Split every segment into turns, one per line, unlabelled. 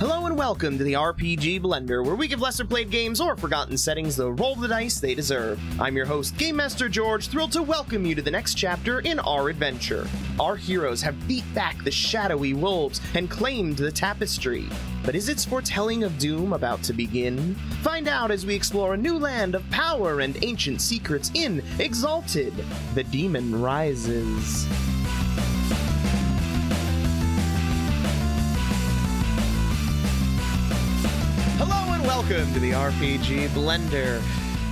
Welcome to the RPG Blender, where we give lesser played games or forgotten settings the roll of the dice they deserve. I'm your host, Game Master George, thrilled to welcome you to the next chapter in our adventure. Our heroes have beat back the shadowy wolves and claimed the tapestry. But is its foretelling of doom about to begin? Find out as we explore a new land of power and ancient secrets in Exalted. The Demon Rises. Hello and welcome to the RPG Blender.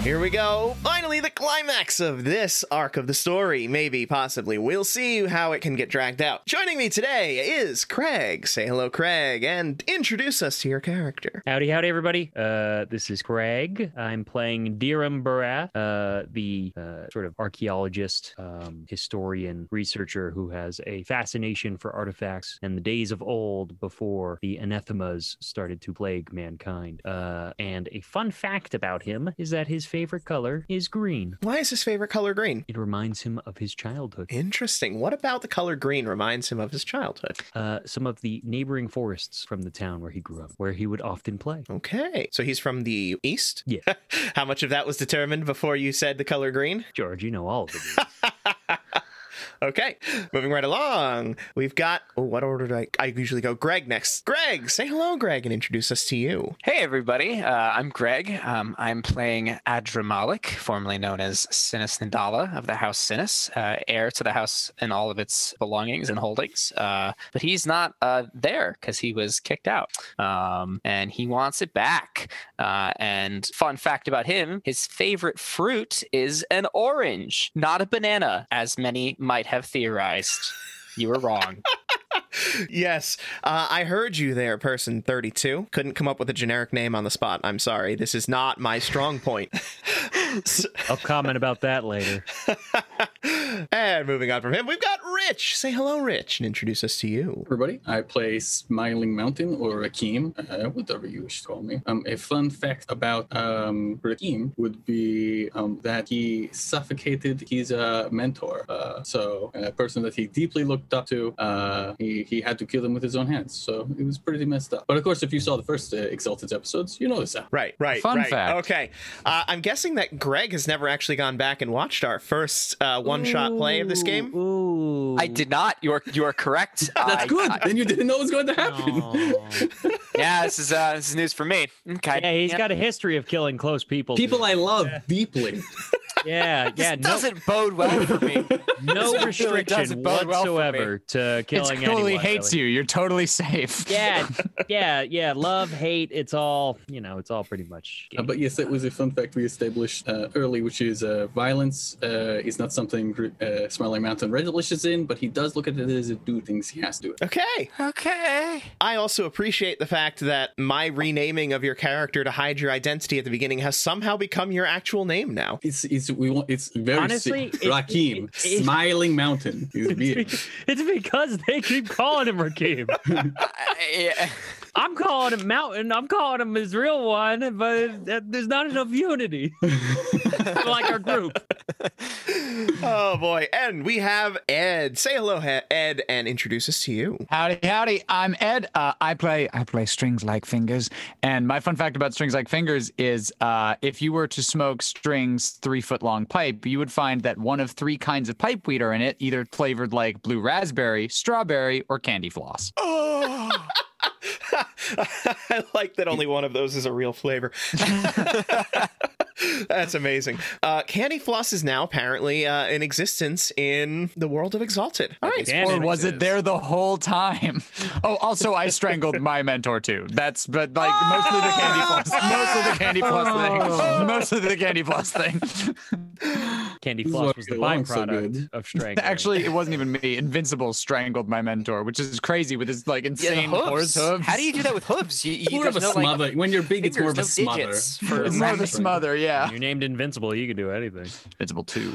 Here we go. Finally, the climax of this arc of the story. Maybe, possibly. We'll see how it can get dragged out. Joining me today is Craig. Say hello, Craig, and introduce us to your character.
Howdy, howdy, everybody. Uh, this is Craig. I'm playing Dhiram Barath, uh, the uh, sort of archaeologist, um, historian, researcher who has a fascination for artifacts and the days of old before the anathemas started to plague mankind. Uh, and a fun fact about him is that his favorite color is green.
Why is his favorite color green?
It reminds him of his childhood.
Interesting. What about the color green reminds him of his childhood?
Uh, some of the neighboring forests from the town where he grew up, where he would often play.
Okay. So he's from the east?
Yeah.
how much of that was determined before you said the color green?
George, you know all of it.
Okay. Moving right along. We've got, oh, what order do I? I usually go Greg next. Greg, say hello, Greg, and introduce us to you.
Hey, everybody. Uh, I'm Greg. Um, I'm playing Adramalik, formerly known as Sinus Nidala of the House Sinus, uh, heir to the house and all of its belongings and holdings. Uh, but he's not uh, there because he was kicked out. Um, and he wants it back. Uh, and fun fact about him his favorite fruit is an orange, not a banana, as many might have theorized. You were wrong.
Yes, uh, I heard you there, person 32. Couldn't come up with a generic name on the spot. I'm sorry. This is not my strong point. S-
I'll comment about that later.
and moving on from him, we've got Rich. Say hello, Rich, and introduce us to you.
everybody. I play Smiling Mountain or Rakim, uh, whatever you wish to call me. Um, a fun fact about um, Rakim would be um, that he suffocated his uh, mentor. Uh, so, a person that he deeply looked up to, uh, he, he had to kill him with his own hands. So, it was pretty messed up. But of course, if you saw the first uh, Exalted episodes, you know this happened.
Right, right,
Fun
right.
fact.
Okay, uh, I'm guessing that Greg has never actually gone back and watched our first uh, one-shot play of this game.
Ooh.
I did not. You're you're correct.
That's
I-
good.
I-
then you didn't know what was going to happen.
Aw.
yeah, this is uh, this is news for me. Okay.
Yeah, he's
Yeah.
got a history of killing close people.
People I love deeply.
yeah,
This
yeah, no,
doesn't bode well for me.
no
really
restriction
doesn't bode well for me.
whatsoever to killing
it totally
anyone,
hates
really.
you. You're totally safe.
Yeah, yeah, yeah. Love, hate, it's all you know. It's all pretty much.
Uh, but yes, that was a fun fact we established uh, early, which is uh, violence uh, is not something uh, Smiling Mountain relishes in, but he does look at it as a do things he has to. do.
Okay,
Okay.
I also appreciate the fact that my renaming of your character to hide your identity at the beginning has somehow become your actual name now.
It's it's we want it's very
Honestly,
sick.
it-
Rakim,
it- it-
Smiling Mountain. Is being.
It's be- it's because they keep calling him Rakim.
I- I-
I'm calling him Mountain. I'm calling him his real one, but that- there's not enough unity. like our group.
Oh boy! And we have Ed. Say hello, he- Ed, and introduce us to you.
Howdy, howdy. I'm Ed. Uh, I play I play strings like fingers. And my fun fact about strings like fingers is, uh, if you were to smoke strings three foot long pipe, you would find that one of three kinds of pipe weed are in it, either flavored like blue raspberry, strawberry, or candy floss.
oh.
I like that only one of those is a real flavor. That's amazing. Uh, candy floss is now apparently uh, in existence in the world of Exalted. All right.
Damn
or
it.
was it there the whole time? Oh, also I strangled my mentor too. That's but like mostly the candy floss, mostly the candy floss thing, mostly the candy floss thing.
Candy
This is
floss
why
was
we
the
get along so
byproduct
good.
of strength.
Actually, it wasn't even me. Invincible strangled my mentor, which is crazy with his like
Yeah, the
insane
hooves.
horse hooves.
How do you do that with hooves? You, you
more of a
there's no, like,
smother. when you're big, it's more of a
fingers, no
smother.
digits for
It's more of a
wrapping.
smother, yeah.
You're named invincible. You can do anything.
Invincible two.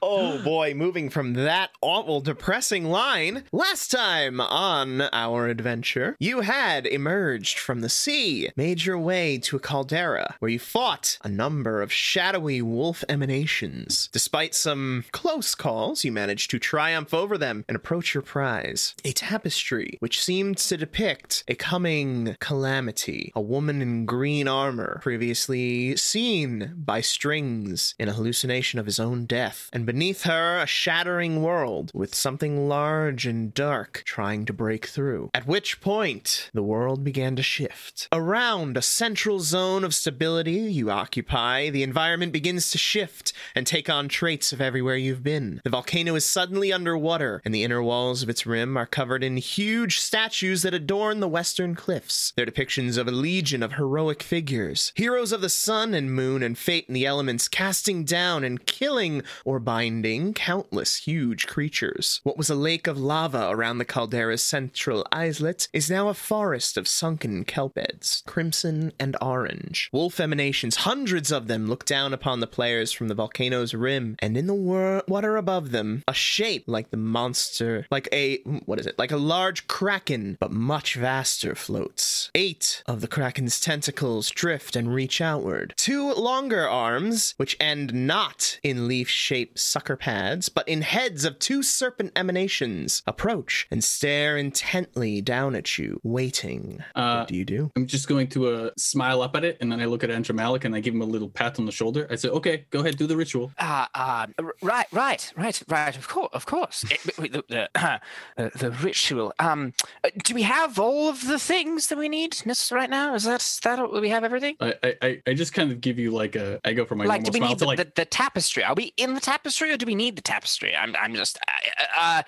Oh boy, moving from that awful, depressing line. Last time on our adventure, you had emerged from the sea, made your way to a caldera where you fought a number of shadowy wolf emanations. Despite some close calls, you managed to triumph over them and approach your prize a tapestry which seemed to depict a coming calamity. A woman in green armor, previously seen by strings in a hallucination of his own death, and beneath her a shattering world with something large and dark trying to break through. At which point, the world began to shift. Around a central zone of stability you occupy, the environment begins to shift and take on traits of everywhere you've been. The volcano is suddenly underwater, and the inner walls of its rim are covered in huge statues that adorn the western cliffs. They're depictions of a legion of heroic figures, heroes of the sun and moon and fate and the elements, casting down and killing or binding countless huge creatures. What was a lake of lava around the caldera's central islet is now a forest of sunken kelp beds, crimson and orange. Wolf emanations, hundreds of them, look down upon the players from the volcano's rim, and in the wor- water above them, a shape like the monster, like a what is it? Like a large kraken, but much vaster floats. Eight of the kraken's tentacles drift and reach outward. Two longer arms, which end not in leaf-shaped sucker pads, but in heads of two serpent emanations, approach and stare intently down at you, waiting.
Uh,
what do you do?
I'm just going to uh, smile up at it, and then I look at Andrew Malik and I give him a little pat on the shoulder. I say, "Okay, go ahead, do the ritual."
Ah, ah, r- right, right, right, right. Of course, of course. Eh, w- w- the, the, the, the ritual. Um, uh, do we have all of the things that we need necess- right now? Is that that all- we have everything?
I, I- I, I just kind of give you like a I go for my
like, do
normal
we
smile
need
to
the,
like
the, the tapestry? Are we in the tapestry, or do we need the tapestry? I'm, I'm just, uh, uh,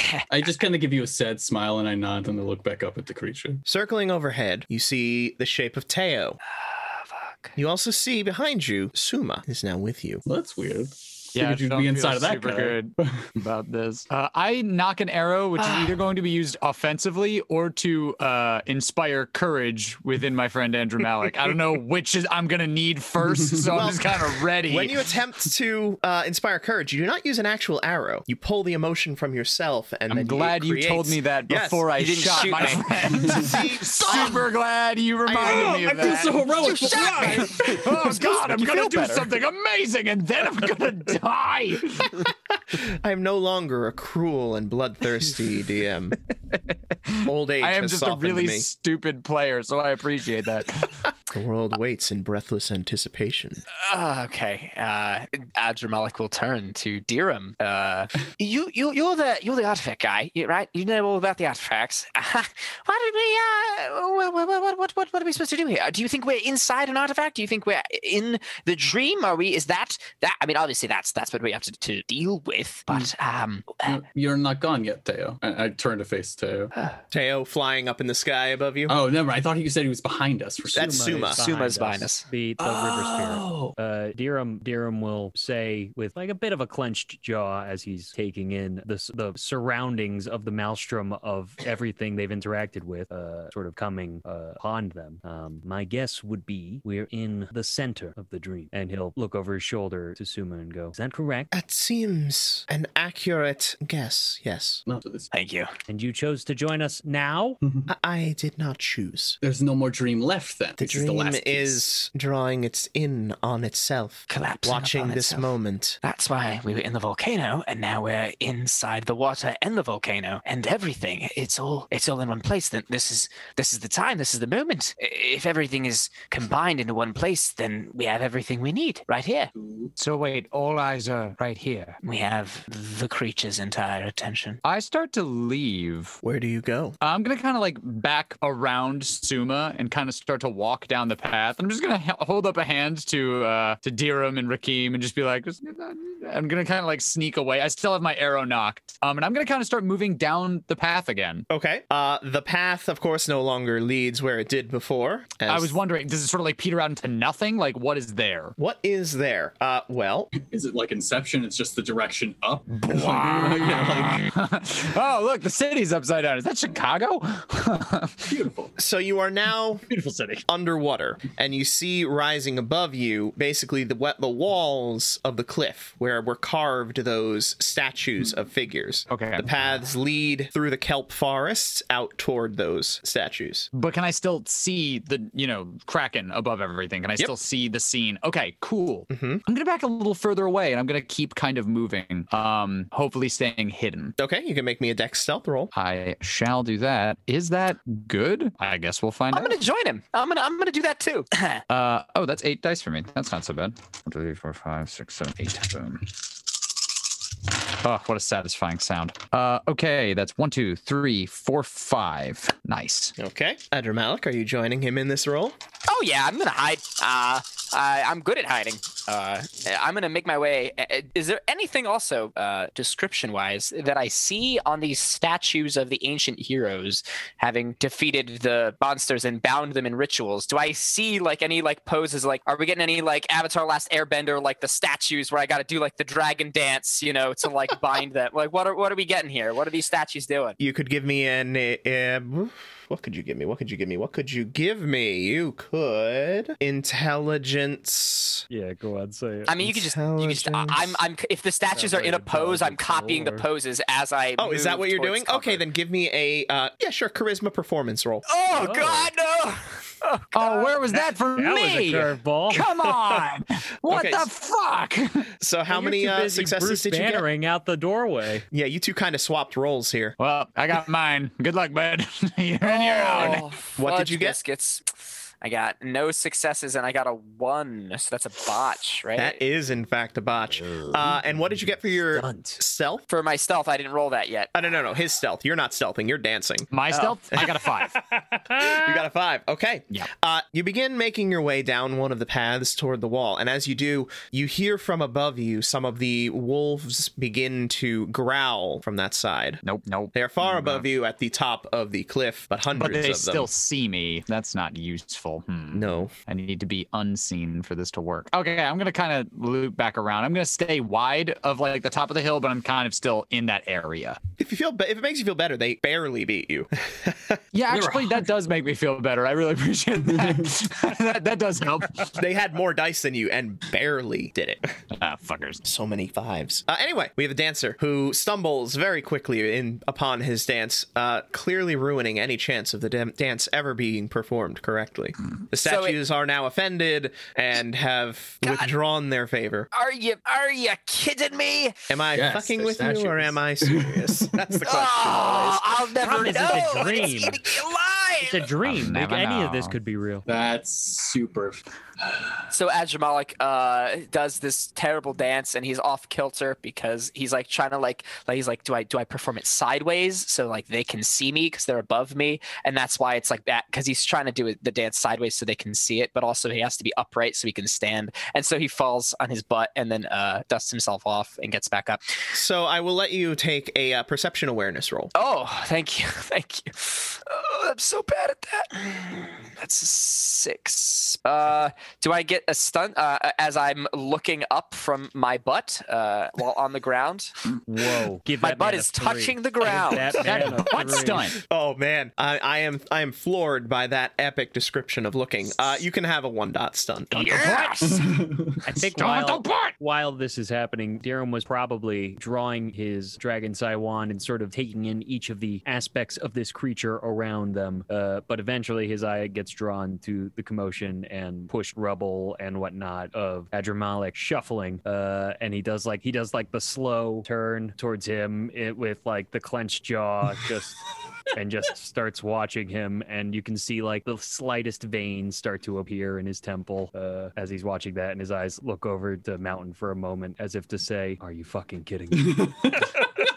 uh,
I just kind of give you a sad smile and I nod and I look back up at the creature.
Circling overhead, you see the shape of Teo.
Ah,
fuck.
You also see behind you, Suma is now with you.
Well, that's weird.
I
Figured you'd
don't
be
feel
inside of that
super
guy.
good about this. Uh, I knock an arrow, which is
Ah.
either going to be used offensively or to uh, inspire courage within my friend Andrew Malik. I don't know which is I'm gonna need first, so
Well,
I'm just kind of ready.
When you attempt to uh, inspire courage, you do not use an actual arrow. You pull the emotion from yourself, and
I'm
then
glad
it
you told
creates-
me that
Yes.
before I
you didn't
shot
shoot
my
me.
friend.
See,
Super glad you reminded
Oh,
me
I
of
feel
that.
so heroic.
me! Oh God, I'm
you
gonna
feel
do
better.
something amazing, and then I'm gonna die.
I am no longer a cruel and bloodthirsty DM. Old age
I am
has
just a
softened
really
me.
stupid player, so I appreciate that.
The world waits in breathless anticipation.
Ah, okay. Uh, Adramalik will turn to Dirham. Uh, you, you, you're the, you're the artifact guy, you- right? You know all about the artifacts. Why did we? Uh, what, what, what, what, what are we supposed to do here? Uh, Do you think we're inside an artifact? Do you think we're in the dream? Are we? Is that that? I mean, obviously that's that's what we have to, to deal with. But
Hmm.
um, uh,
You- You're not gone yet, Teo. I, I turn to face Teo.
Teo flying up in the sky above
Um,
you.
Oh, never. mind. I thought you said he was behind us for some
That's Oh. Suma.
Suma's behind us. Oh.
The, the river spirit. uh, Dirham Dirham will say with like a bit of a clenched jaw as he's taking in the s- the surroundings of the maelstrom of everything they've interacted with, uh, sort of coming uh, upon them. Um, my guess would be we're in the center of the dream, and he'll look over his shoulder to Suma and go, "Is that correct?"
That seems an accurate guess, yes.
No, this-
Thank you.
And you chose to join us now.
I, I did not choose.
There's no more dream left then.
The
This
dream
is the last piece.
is drawing its in on itself,
Collapsing
watching
upon
this
itself.
moment.
That's why we were in the volcano, and now we're inside the water and the volcano and everything. It's all it's all in one place. Then this is this is the time. This is the moment. I- If everything is combined into one place, then we have everything we need right here.
So wait, all eyes are right here.
We have the creature's entire attention.
I start to leave.
Where do you go?
I'm gonna kind of like back around Suma and kind of start to walk down the path. I'm just gonna h- hold up a hand to uh to Dirham and Rakim and just be like, I'm gonna kind of like sneak away. I still have my arrow knocked. Um, and I'm gonna kind of start moving down the path again.
Okay. Uh, the path, of course, no longer leads where it did before. as-
I was wondering, does it sort of like peter out into nothing? Like, what is there?
What is there? Uh, Uh, well,
Is it like Inception? It's just the direction up. yeah, like
oh, look, the city's upside down. Is that Chicago?
beautiful.
so you are now
Beautiful city.
underwater, and you see rising above you basically the wet, the walls of the cliff where were carved those statues of figures.
Okay.
The paths lead through the kelp forests out toward those statues.
But can I still see the, you know, Kraken above everything? Can I still see the scene? Okay, cool.
Mm-hmm.
Mhm.
I'm gonna back a little further away, and I'm gonna keep kind of moving. Um, hopefully staying hidden.
Okay, you can make me a dex stealth roll.
I shall do that. Is that good? I guess we'll find
I'm
out.
gonna join him. I'm gonna I'm gonna do that too.
Uh, oh, that's eight dice for me. That's not so bad. One, two, three, four, five, six, seven, eight. Boom. Oh, what a satisfying sound. Uh, okay, that's one, two, three, four, five. Nice.
Okay, Adramalik, are you joining him in this role?
oh yeah, I'm gonna hide. Uh, I, I'm good at hiding. Uh, I'm gonna make my way. Uh, uh, Is there anything also uh, description-wise that I see on these statues of the ancient heroes having defeated the monsters and bound them in rituals? Do I see like any like poses? Like, are we getting any like Avatar: Last Airbender like the statues where I got to do like the dragon dance, you know, to like bind them? Like, what are what are we getting here? What are these statues doing?
You could give me an. Uh, what could you give me? What could you give me? What could you give me? You could. Intelligence.
Yeah, go on, say it.
I mean, you could just, you could just I- I'm,
Intelligence.
I'm, if the statues are in a
like
pose, I'm
intelligence
copying the
or-
poses as I.
Oh, is that
move
what you're
towards
doing?
cover.
Okay, then give me a. Uh, yeah, sure, charisma performance roll.
Oh,
Oh.
God, no! Oh,
Oh, where was that for
that was
me?
a curveball.
Come on! What
Okay,
the
s-
fuck?
So how
Oh, You're
many
too
uh,
busy
successes
Bruce
did you get?
bannering out the doorway?
Yeah, you two kind of swapped roles here.
Well, I got mine. Good luck, bud. You're on your own.
What did
Oh, fudge
you get?
Biscuits. I got no successes and I got a one, so that's a botch, right?
That is, in fact, a botch. Uh, and what did you get for your
Oh, Stunt.
stealth?
For my stealth, I didn't roll that yet.
Oh, no, no, no. His stealth. You're not stealthing. You're dancing.
My stealth, I got a five.
You got a five. Okay.
Yeah.
Uh, you begin making your way down one of the paths toward the wall, and as you do, you hear from above you some of the wolves begin to growl from that side.
Nope, nope.
They are far above you at the top of the cliff, but
Oh, But
hundreds
they
of
still
them.
see me. That's not useful. Hmm.
No.
I need to be unseen for this to work. Okay, I'm gonna kind of loop back around. I'm gonna stay wide of like the top of the hill, but I'm kind of still in that area.
If you feel, be- if it makes you feel better, they barely beat you.
Yeah, actually, that does make me feel better. I really appreciate that. that, that does help.
they had more dice than you and barely did it.
Ah, fuckers.
so many fives. Uh, anyway, we have a dancer who stumbles very quickly in upon his dance, uh, clearly ruining any chance of the dam- dance ever being performed correctly. The
So it-
statues are now offended and have withdrawn their favor.
Are you are you kidding me?
Am I
Yes,
fucking
the
with you or
statues.
am I serious? That's the question.
Oh, I'll never
Promise
know.
it's a
It's
dream.
gonna be alive.
It's a dream. Like,
never
any of this
know.
could be real.
That's super.
So Adramalik uh, does this terrible dance, and he's off kilter because he's like trying to like like he's like, do I do I perform it sideways so like they can see me because they're above me, and that's why it's like that because he's trying to do it, the dance sideways so they can see it, but also he has to be upright so he can stand, and so he falls on his butt and then uh, dusts himself off and gets back up.
So I will let you take a uh, perception awareness roll.
Oh, thank you, thank you. Oh, I'm so bad at that. That's a six. Uh, do I get a stunt uh, as I'm looking up from my butt uh, while on the ground?
Whoa. Give
My
that
butt
man a
is
three.
touching the
Give
ground.
That man a
That butt
three.
stunt.
Oh man, I, I am I am floored by that epic description of looking. Uh, you can have a one dot stunt.
Yes!
I think
Stunt
while,
the butt!
while this is happening, Darren was probably drawing his dragon Saiwan and sort of taking in each of the aspects of this creature around them. Uh, but eventually, his eye gets drawn to the commotion and pushed rubble and whatnot of Adramalik shuffling. Uh, and he does like he does like the slow turn towards him it, with like the clenched jaw, just and just starts watching him and you can see like the slightest veins start to appear in his temple uh, as he's watching that and his eyes look over to mountain for a moment as if to say are you fucking kidding me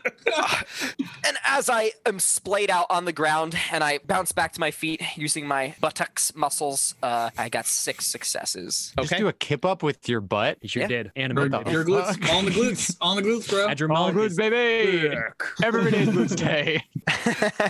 and as I am splayed out on the ground and I bounce back to my feet using my buttocks muscles, uh, I got six successes.
Just do a kip up with your butt.
you sure
Yeah.
did
Your,
animate
the
your glutes,
fuck?
on the glutes, on the glutes, bro.
All
Adramalik
glutes,
is-
baby. Every day's glutes day.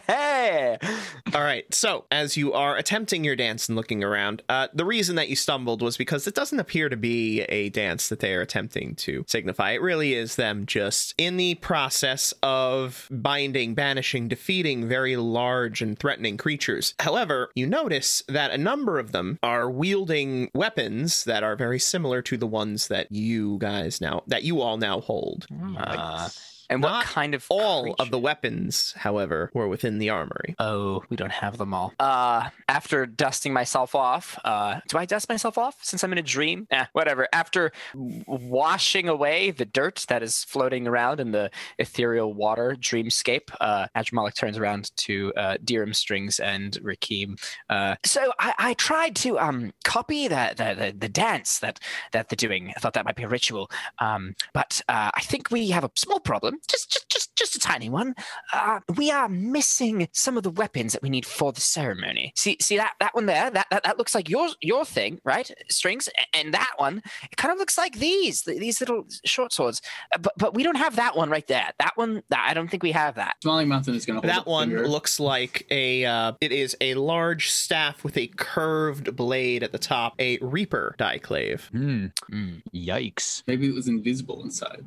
hey! Yeah.
All right. So, as you are attempting your dance and looking around, uh, the reason that you stumbled was because it doesn't appear to be a dance that they are attempting to signify. It really is them just in the process of binding, banishing, defeating very large and threatening creatures. However, you notice that a number of them are wielding weapons that are very similar to the ones that you guys now, that you all now hold.
Uh, and what
Not
kind of
All
creature-
of the weapons, however, were within the armory.
Oh, we don't have them all. Uh, after dusting myself off, uh, do I dust myself off since I'm in a dream? Eh, whatever. After w- washing away the dirt that is floating around in the ethereal water dreamscape, uh, Adramalik turns around to uh, Dirham Strings and Rakim. Uh, so I, I tried to um, copy the, the, the, the dance that, that they're doing. I thought that might be a ritual. Um, but uh, I think we have a small problem, just, just, just, just a tiny one uh, we are missing some of the weapons that we need for the ceremony. See, see that that one there. That that, that looks like your your thing, right? Strings, A- and that one it kind of looks like these th- these little short swords. Uh, But but we don't have that one right there. That one, that, I don't think we have that.
Smiling Mountain is going to hold
That
up
one
finger.
looks like a. Uh, it is a large staff with a curved blade at the top, a reaper dieclave.
Hmm.
Hmm.
Yikes.
Maybe it was invisible inside.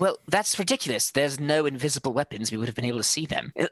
Well, that's ridiculous. There's no invisible weapons. We would have been able to see them. Uh,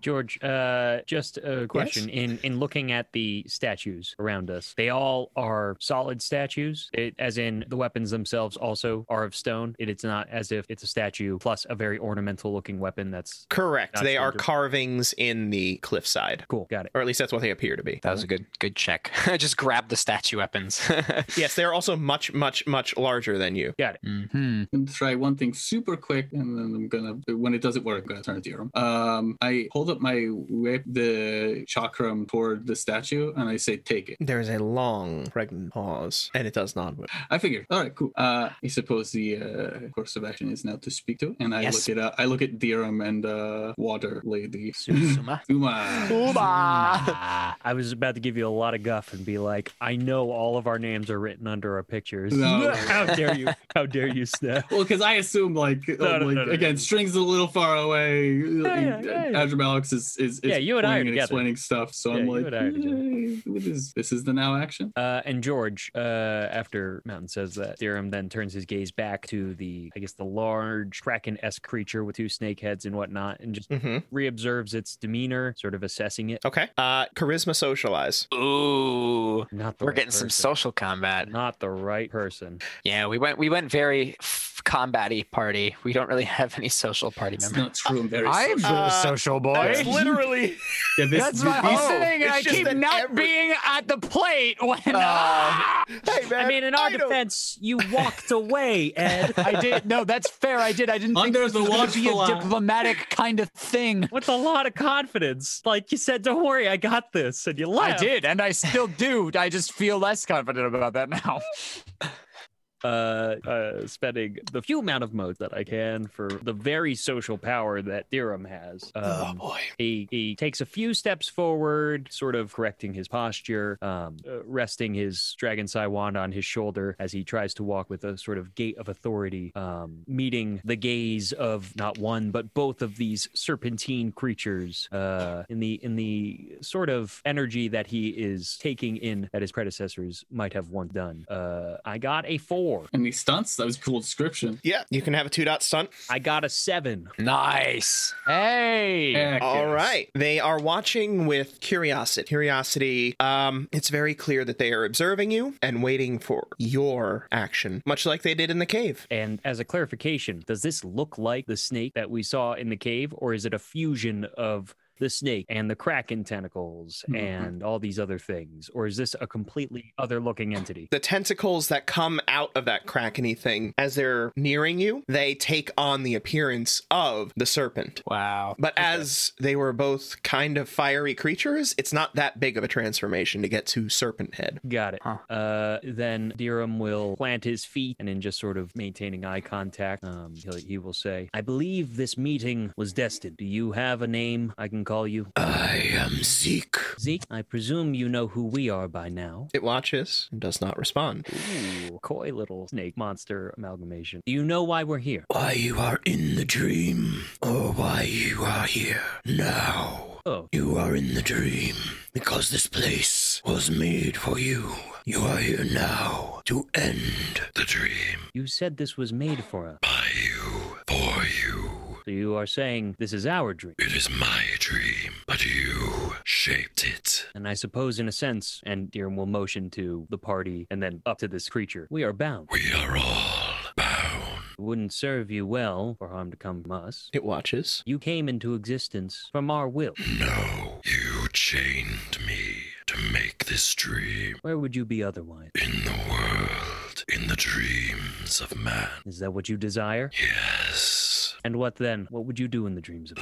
George, uh, just a question. In in looking at the statues around us, they all are solid statues. It, as in the weapons themselves also are of stone. It, it's not as if it's a statue plus a very ornamental looking weapon. That's
Correct.
Not
they are
shoulder.
carvings in the cliffside,
cool. Got it.
or at least that's what they appear to be.
That was a good good check. Just grab the statue weapons.
Yes, they are also much, much, much larger than you.
Hmm.
I'm going to try one thing super quick, and then I'm going to, when it doesn't work, I'm going to turn it to Yoram. Um, I hold up my whip, the chakram toward the statue, and I say, take it.
There is a long, pregnant pause, and it does not move.
I figured. All right, cool. Uh, I suppose the uh, course of action is now to speak to, and I
Yes.
look at uh, I look at Dirham and uh, Water Lady
Suma.
Uma.
Suma.
Ah.
I was about to give you a lot of guff and be like, I know all of our names are written under our pictures.
No.
How dare you? How dare you, Snap?
Well, because I assume like, oh,
No, no,
like,
no, no,
again,
no.
strings a little far away.
yeah, yeah, yeah.
Adram Alex is, is, is
Yeah, you and I are
pointing
together.
explaining stuff, so
Yeah,
I'm
you
like,
and I are together.
"Eh, what is this? Is the now action?
Uh, and George, uh, after Mountain says that, Theorem then turns his gaze back to the, I guess, the large kraken-esque creature with two snake heads and whatnot, and just
hmm
reobserves its demeanor, sort of assessing it.
Okay. Uh, charisma socialize.
Ooh.
Not the
We're
right
getting some
person.
social combat.
Not the right person.
Yeah, we went we went very f- combat-y party. We don't really have any social party
It's
members.
not true. I'm very
I'm
sorry.
Uh,
a social boy.
That's literally.
Yeah, this-
That's my
these-
whole thing.
it's
I
just
keep
that
not
every-
being at the plate when. Uh,
hey man.
I mean, in our
don't-
defense, you walked away, Ed.
I did. No, that's fair. I did. I didn't
Under
think
the
this was
watchful
going to be
eye.
a diplomatic kind of thing.
With a lot of confidence, like you said, don't worry, I got this, and you
I
left.
did, and I still do. I just feel less confident about that now.
uh, uh, spending the few amount of modes that I can for the very social power that Dirham has.
Oh
Um,
boy.
he, he takes a few steps forward, sort of correcting his posture, um, uh, resting his dragon wand on his shoulder as he tries to walk with a sort of gait of authority, um, meeting the gaze of not one but both of these serpentine creatures uh, in the in the sort of energy that he is taking in that his predecessors might have once done. Uh, I got a four.
and these stunts. That was a cool description.
Yeah, you can have a two dot stunt.
I got a seven.
Nice.
Hey.
Heck
All
yes.
right. They are watching with curiosity. Curiosity. Um, it's very clear that they are observing you and waiting for your action, much like they did in the cave.
And as a clarification, does this look like the snake that we saw in the cave, or is it a fusion of the snake and the kraken tentacles
Mhm.
and all these other things, or is this a completely other looking entity?
The tentacles that come out of that krakeny thing, as they're nearing you, they take on the appearance of the serpent.
Wow.
But as they were both kind of fiery creatures, it's not that big of a transformation to get to serpent head.
Got it.
Huh.
Uh, then Dirham will plant his feet and, in just sort of maintaining eye contact, um, he'll, he will say, I believe this meeting was destined. Do you have a name I can call you?
I am Zeke.
Zeke, I presume you know who we are by now.
It watches and does not respond.
Ooh, coy little snake monster amalgamation. Do you know why we're here?
Why you are in the dream, or why you are here now.
Oh,
You are in the dream because this place was made for you. You are here now to end the dream
you said this was made for us.
by you, for you.
So you are saying this is our dream.
It is my dream, but you shaped it.
And I suppose, in a sense, and Dirham will motion to the party and then up to this creature. We are bound.
We are all bound.
It wouldn't serve you well for harm to come from us.
It watches.
You came into existence from our will.
No, you chained me to make this dream
Where would you be otherwise?
in the world, in the dreams of man.
Is that what you desire?
Yes.
And what then? What would you do in the dreams of?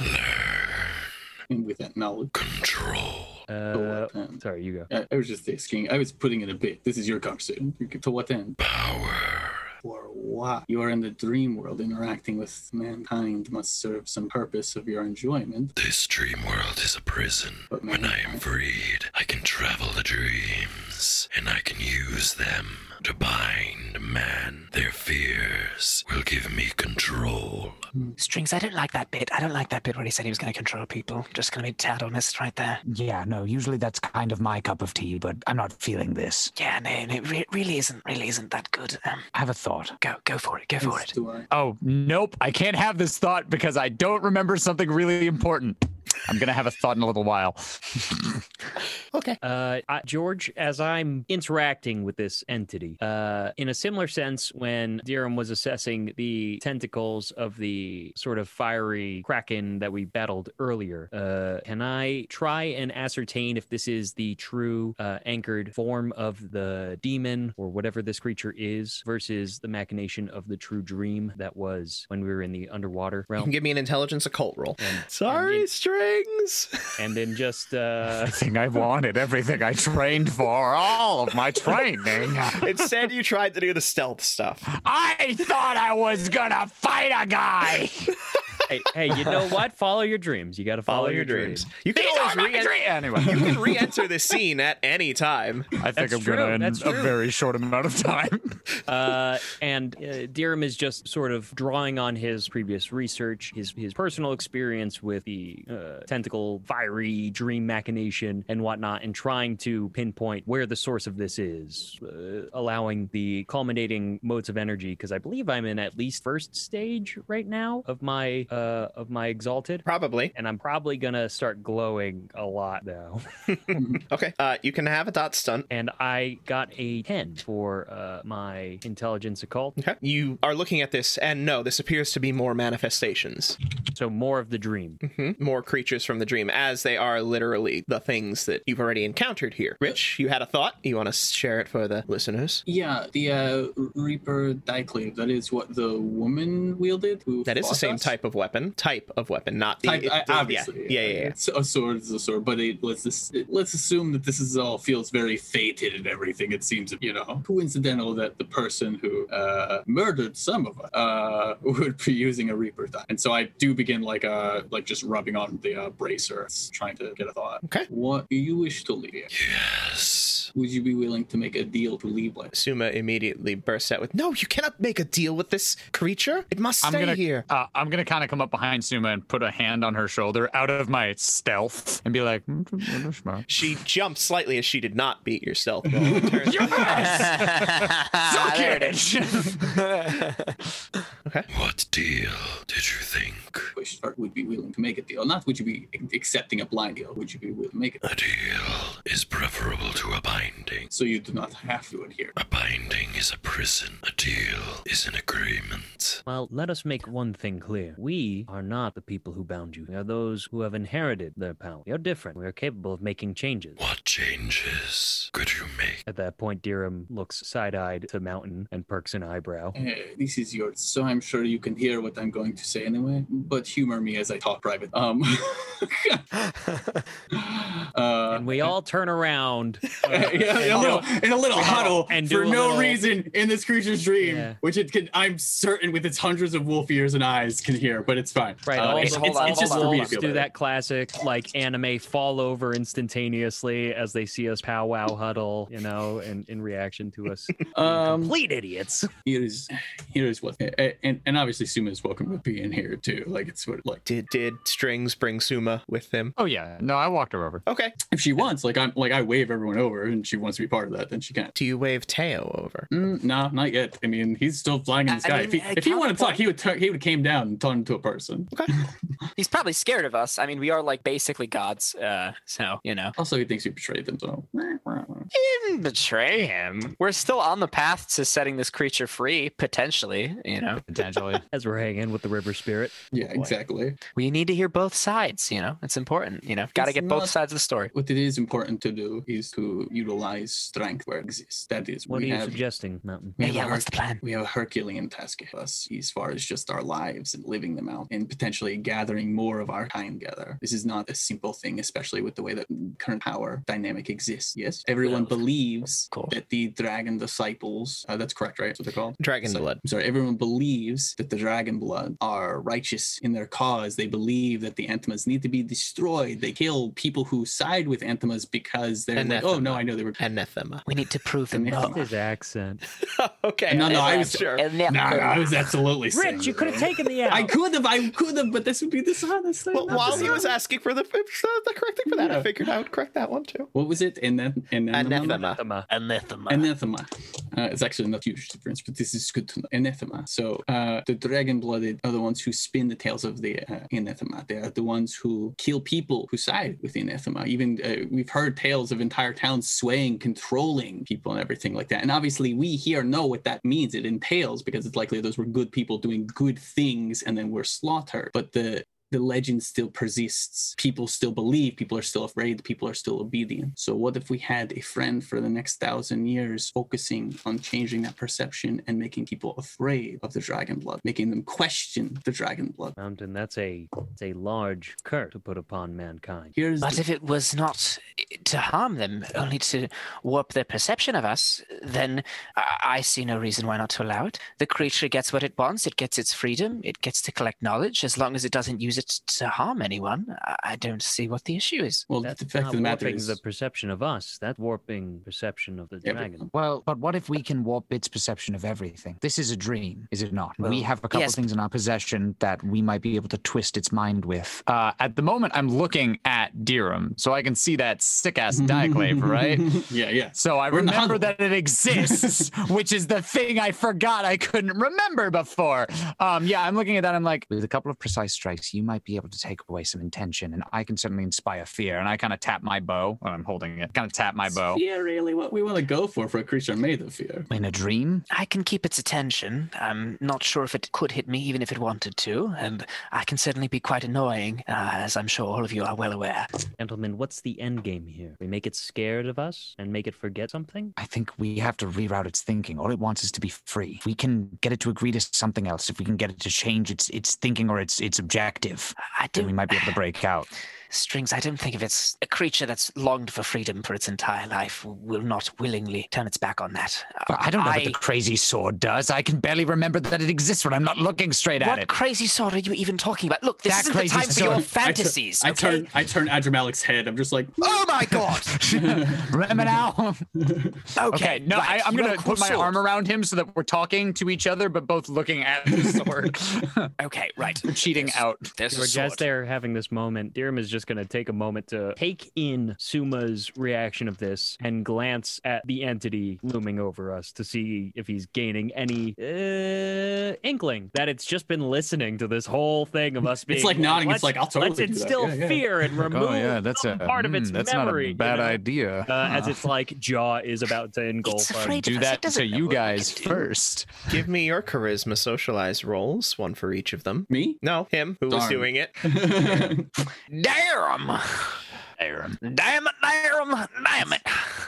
And with that knowledge.
Control.
To
Uh,
what end?
sorry, you go.
I, I was just asking. I was putting in a bit. This is your conversation. You can- To what end?
Power.
For what? You are in the dream world interacting with mankind must serve some purpose of your enjoyment.
This dream world is a prison.
But
When I am
mankind-
freed, I can travel the dreams, and I can use them to bind man. Their fears will give me control.
Strings, I don't like that bit. I don't like that bit where he said he was going to control people. Just going to be tad on this right there.
Yeah, no, usually that's kind of my cup of tea, but I'm not feeling this.
Yeah, no, no, it re- really isn't, really isn't that good. Um,
I have a thought.
go, go for it, go for
Yes,
it.
Do I?
Oh, nope. I can't have this thought because I don't remember something really important. I'm going to have a thought in a little while.
Okay.
Uh, I, George, as I'm interacting with this entity, uh, in a similar sense, when Dirham was assessing the tentacles of the sort of fiery kraken that we battled earlier, uh, can I try and ascertain if this is the true uh, anchored form of the demon or whatever this creature is versus the machination of the true dream that was when we were in the underwater
You can
realm?
give me an intelligence occult roll.
And-
Sorry,
and-
strings.
And then just. Uh,
Everything I wanted, everything I trained for, all of my training.
Instead, you tried to do the stealth stuff.
I thought I was going to fight a guy.
hey, hey, you know what? Follow your dreams. You got to follow,
Follow your dreams. You can
These
always
are my
re-
dreams.
you
Anyway,
can re-enter this scene at any time.
I think
That's
I'm going
true,
to in
that's
a
true.
very short amount of time.
uh, and uh, Dirham is just sort of drawing on his previous research, his his personal experience with the uh, tentacle, fiery dream machination, and whatnot, and trying to pinpoint where the source of this is, uh, allowing the culminating modes of energy. Because I believe I'm in at least first stage right now of my uh, of my exalted.
Probably.
And I'm probably gonna start glowing a lot now.
Okay. Uh, you can have a dot stunt.
And I got a 10 for uh, my intelligence occult.
Okay. You are looking at this, and no, this appears to be more manifestations,
So more of the dream.
hmm more creatures from the dream, as they are literally the things that you've already encountered here. Rich, you had a thought. You want to share it for the listeners?
Yeah, the uh, Reaper Diclave. That is what the woman wielded. Who
That is the
fought
same
us?
type of weapon. Type of weapon, not the.
Type,
it-
I-
yeah.
obviously,
Yeah, yeah, yeah.
It's a sword is a sword, but it, let's just, let's assume that this is all feels very fated and everything. It seems you know coincidental that the person who uh, murdered some of us uh, would be using a reaper die, and so I do begin like uh like just rubbing on the uh, bracer, trying to get a thought.
Okay.
what do you wish to leave?
Yes.
Would you be willing to make a deal to leave? Like,
Suma immediately bursts out with, "No, you cannot make a deal with this creature. It must stay
I'm gonna
here."
Uh, I'm gonna kind of come up behind Suma and put a hand on her shoulder out of my stealth and be like, "Mm,
She jumps slightly as she did not beat your stealth roll. It turns-
Ah,
Suck
there it is.
it!
What deal did you think?
wish or would be willing to make a deal? Not would you be accepting a blind deal? Would you be willing to make it?
A deal is preferable to a binding.
So you do not have to adhere.
A binding is a prison. A deal is an agreement.
Well, let us make one thing clear. We are not the people who bound you. We are those who have inherited their power. We are different. We are capable of making changes.
What changes could you make?
At that point, Dirham looks side eyed to Mountain and perks an eyebrow.
Eh, this is yours, so I'm sure you can hear what I'm going to say anyway. But humor me as I talk private. Um. uh,
And we all turn around.
yeah, in, a little, in a little huddle
and do
for
a
no
little-
reason in this creature's dream,
Yeah.
which it can. I'm certain with its hundreds of wolf ears and eyes can hear, but it's fine.
Right,
Uh,
all
it's,
the
it's-
hold
it's
on,
just
just
for me to
wolves
feel
do
better.
that classic like anime fall over instantaneously as they see us powwow huddle, you know, and in reaction to us.
Um,
Complete idiots.
here is here is what a- a- an and, and obviously Suma is welcome to be in here too. Like it's what like
Did did Strings bring Suma with him?
Oh yeah, no, I walked her over.
Okay.
if she wants, like I'm like I wave everyone over, and she wants to be part of that, then she can.
Do you wave Teo over?
Mm, nah, not yet. I mean, he's still flying in the
I
sky.
mean,
if he,
uh,
if he wanted to talk,
counterpoint-
he would turn, he would came down and turn into a person.
He's probably scared of us. I mean, we are like basically gods. Uh, so you know,
Also, he thinks you betrayed them. So
I didn't betray him. We're still on the path to setting this creature free, potentially. You know,
Potentially,
as we're hanging with the river spirit.
yeah, exactly.
we need to hear both sides. You know, it's important. You know, got to
It's
get
not-
both sides of the story.
What it is important to do is to utilize strength where it exists. That is,
What
we
are you
have
suggesting, Mountain?
we
Yeah,
have a
yeah. What's the plan?
We have a Herculean task ahead of us as far as just our lives and living them out and potentially gathering more of our kind together. This is not a simple thing, especially with the way that current power dynamic exists. Yes, everyone
Well,
believes
cool.
that the dragon disciples, uh, that's correct, right? That's what they're called?
Dragon
So-
blood.
I'm sorry, everyone believes that the dragon blood are righteous in their cause. They believe that the anthemas need to be destroyed. They kill people who side with anthemas because they're like, oh, no,
Anathema.
I know they were.
Anathema.
We need to prove them
Anathema.
wrong.
His accent.
okay.
No, no, I
I'm
was-
sure.
No, I was absolutely saying
Rich, you
that,
could have
right?
taken the out.
I could have, I could have, but this would be dishonest. I'm
Well,
not
while he was
dishonest.
asking for the, the correct thing for that, I
Yeah.
figured I would correct that one too.
what was it? And then, and then,
Anathema.
Anathema.
Anathema.
Anathema. Uh, it's actually not a huge difference, but this is good to know. Anathema. So uh, the dragon blooded are the ones who spin the tails of the uh, anathema. They are the ones who kill people who side with the anathema. Even uh, we've heard tales of entire towns swaying, controlling people and everything like that. And obviously, we here know what that means. It entails because it's likely those were good people doing good things and then were slaughtered. But the the legend still persists. People still believe, people are still afraid, people are still obedient. So, what if we had a friend for the next thousand years focusing on changing that perception and making people afraid of the dragon blood, making them question the dragon blood?
Mountain, that's a it's a large curse to put upon mankind.
Here's
But
the-
if it was not to harm them, only to warp their perception of us, then I I see no reason why not to allow it. The creature gets what it wants, it gets its freedom, it gets to collect knowledge, as long as it doesn't use it to harm anyone. I- I don't see what the issue is.
well,
That's
the fact
not
of the matter
warping
is,
the perception of us. That's warping perception of the
Yeah, but-
dragon.
Well, but what if we can warp its perception of everything? This is a dream, is it not?
Well,
we have a couple
yes.
things in our possession that we might be able to twist its mind with. Uh, at the moment, I'm looking at Dirham, so I can see that sick ass diaglave, right?
yeah, yeah.
So I
We're not-
remember that it exists, which is the thing I forgot I couldn't remember before. Um, yeah, I'm looking at that. I'm like, with a couple of precise strikes, you might be able to take away some intention, and I can certainly inspire fear. And I kind of tap my bow. Well, I'm holding it. Kind of tap my bow.
Yeah, really, what we want to go for for a creature made of fear.
In a dream,
I can keep its attention. I'm not sure if it could hit me, even if it wanted to, and I can certainly be quite annoying, uh, as I'm sure all of you are well aware.
Gentlemen, what's the end game here? We make it scared of us and make it forget something?
I think we have to reroute its thinking. All it wants is to be free. If we can get it to agree to something else, if we can get it to change its its thinking or its its objective,
I
then
do
we might be able to break out.
Strings, I don't think if it's a creature that's longed for freedom for its entire life will not willingly turn its back on that. Uh,
But I don't know what
I-
the crazy sword does. I can barely remember that it exists when I'm not looking straight at
what
it.
crazy sword are you even talking about? Look, this
That
isn't the
crazy
time for your
sword.
fantasies.
I,
okay?
turn, I turn, I turn Adramalik's head. I'm just like,
Oh my god! remember now?
Okay,
Okay, no,
right,
I, I'm
you
gonna
want a cool
put my
sword.
arm around him so that we're talking to each other, but both looking at the sword,
Okay, right.
cheating out.
There's a
George, as
sword.
they're having this moment, Dirham is just going to take a moment to take in Suma's reaction of this and glance at the entity looming over us to see if he's gaining any uh, inkling that it's just been listening to this whole thing of us being.
it's like nodding.
"Let's-
It's like, I'll totally
let's
do that."
instill
Yeah, yeah.
fear and remove
Oh,
Oh,
some part of its
mm,
hmm,
memory. you know,
idea.
Uh, as its like jaw is about to engulf
It's
us.
afraid
do
of us. It
that
doesn't
to
know what
you
we
guys
can do.
first.
Give me your charisma socialized rolls, one for each of them.
me?
No, him who was
Darn.
doing it.
Damn! Damn it, damn, damn it.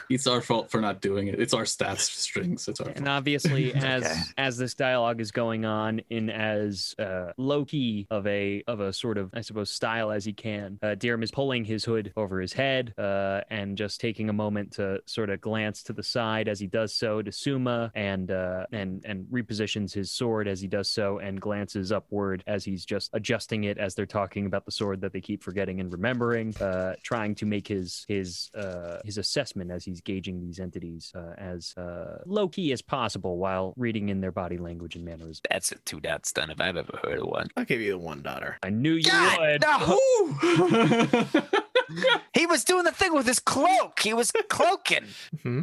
It's our fault for not doing it. It's our stats strings. It's our fault.
And obviously, as as this dialogue is going on, in as uh, low key of a of a sort of I suppose style as he can, uh, Dirham is pulling his hood over his head uh, and just taking a moment to sort of glance to the side as he does so to Suma and uh, and and repositions his sword as he does so and glances upward as he's just adjusting it as they're talking about the sword that they keep forgetting and remembering, uh, trying to make his his uh, his assessment as he he's gauging these entities uh, as uh, low key as possible while reading in their body language and mannerisms.
That's a two dot stun if I've ever heard of one.
I'll give you the one daughter.
I knew you would.
no!
Ooh.
He was doing the thing with his cloak. He was cloaking.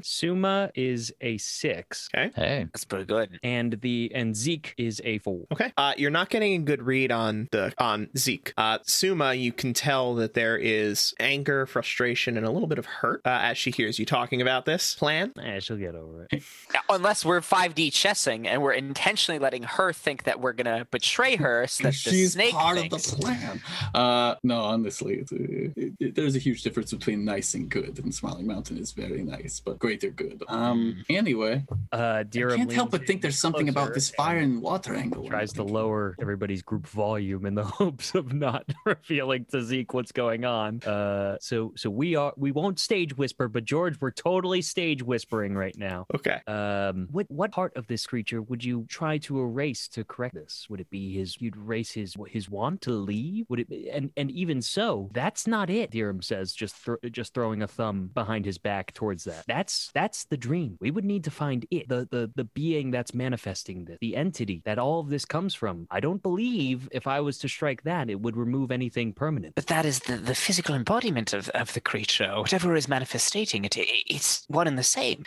Suma is a six,
Hey.
That's pretty good.
and the and Zeke is a four.
Okay. Uh, you're not getting a good read on the on Zeke. Uh, Suma, you can tell that there is anger, frustration, and a little bit of hurt uh, as she hears you talking about this plan.
Eh, she'll get over it.
Unless we're 5D chessing and we're intentionally letting her think that we're going to betray her so that the
She's
snake
part of
thinks.
the plan. Uh, no, honestly, it's, uh, it, it- there's a huge difference between nice and good, and Smiling Mountain is very nice, but greater good. Um,
Hmm.
anyway,
Uh, Dira
I can't help
leans
but think
in
there's something
closer
about this fire
and
and water angle.
Tries to lower everybody's group volume in the hopes of not revealing to Zeke what's going on. Uh, so so we are we won't stage whisper, but George, we're totally stage whispering right now.
Okay.
Um, what what part of this creature would you try to erase to correct this? Would it be his? You'd erase his his want to leave? Would it? Be, and and even so, that's not it. Dirham says, just thro- just throwing a thumb behind his back towards that. That's that's the dream. We would need to find it, the the the being that's manifesting this, the entity that all of this comes from. I don't believe if I was to strike that, it would remove anything permanent.
But that is the, the physical embodiment of, of the creature, or whatever is manifestating it. i- it's one and the same.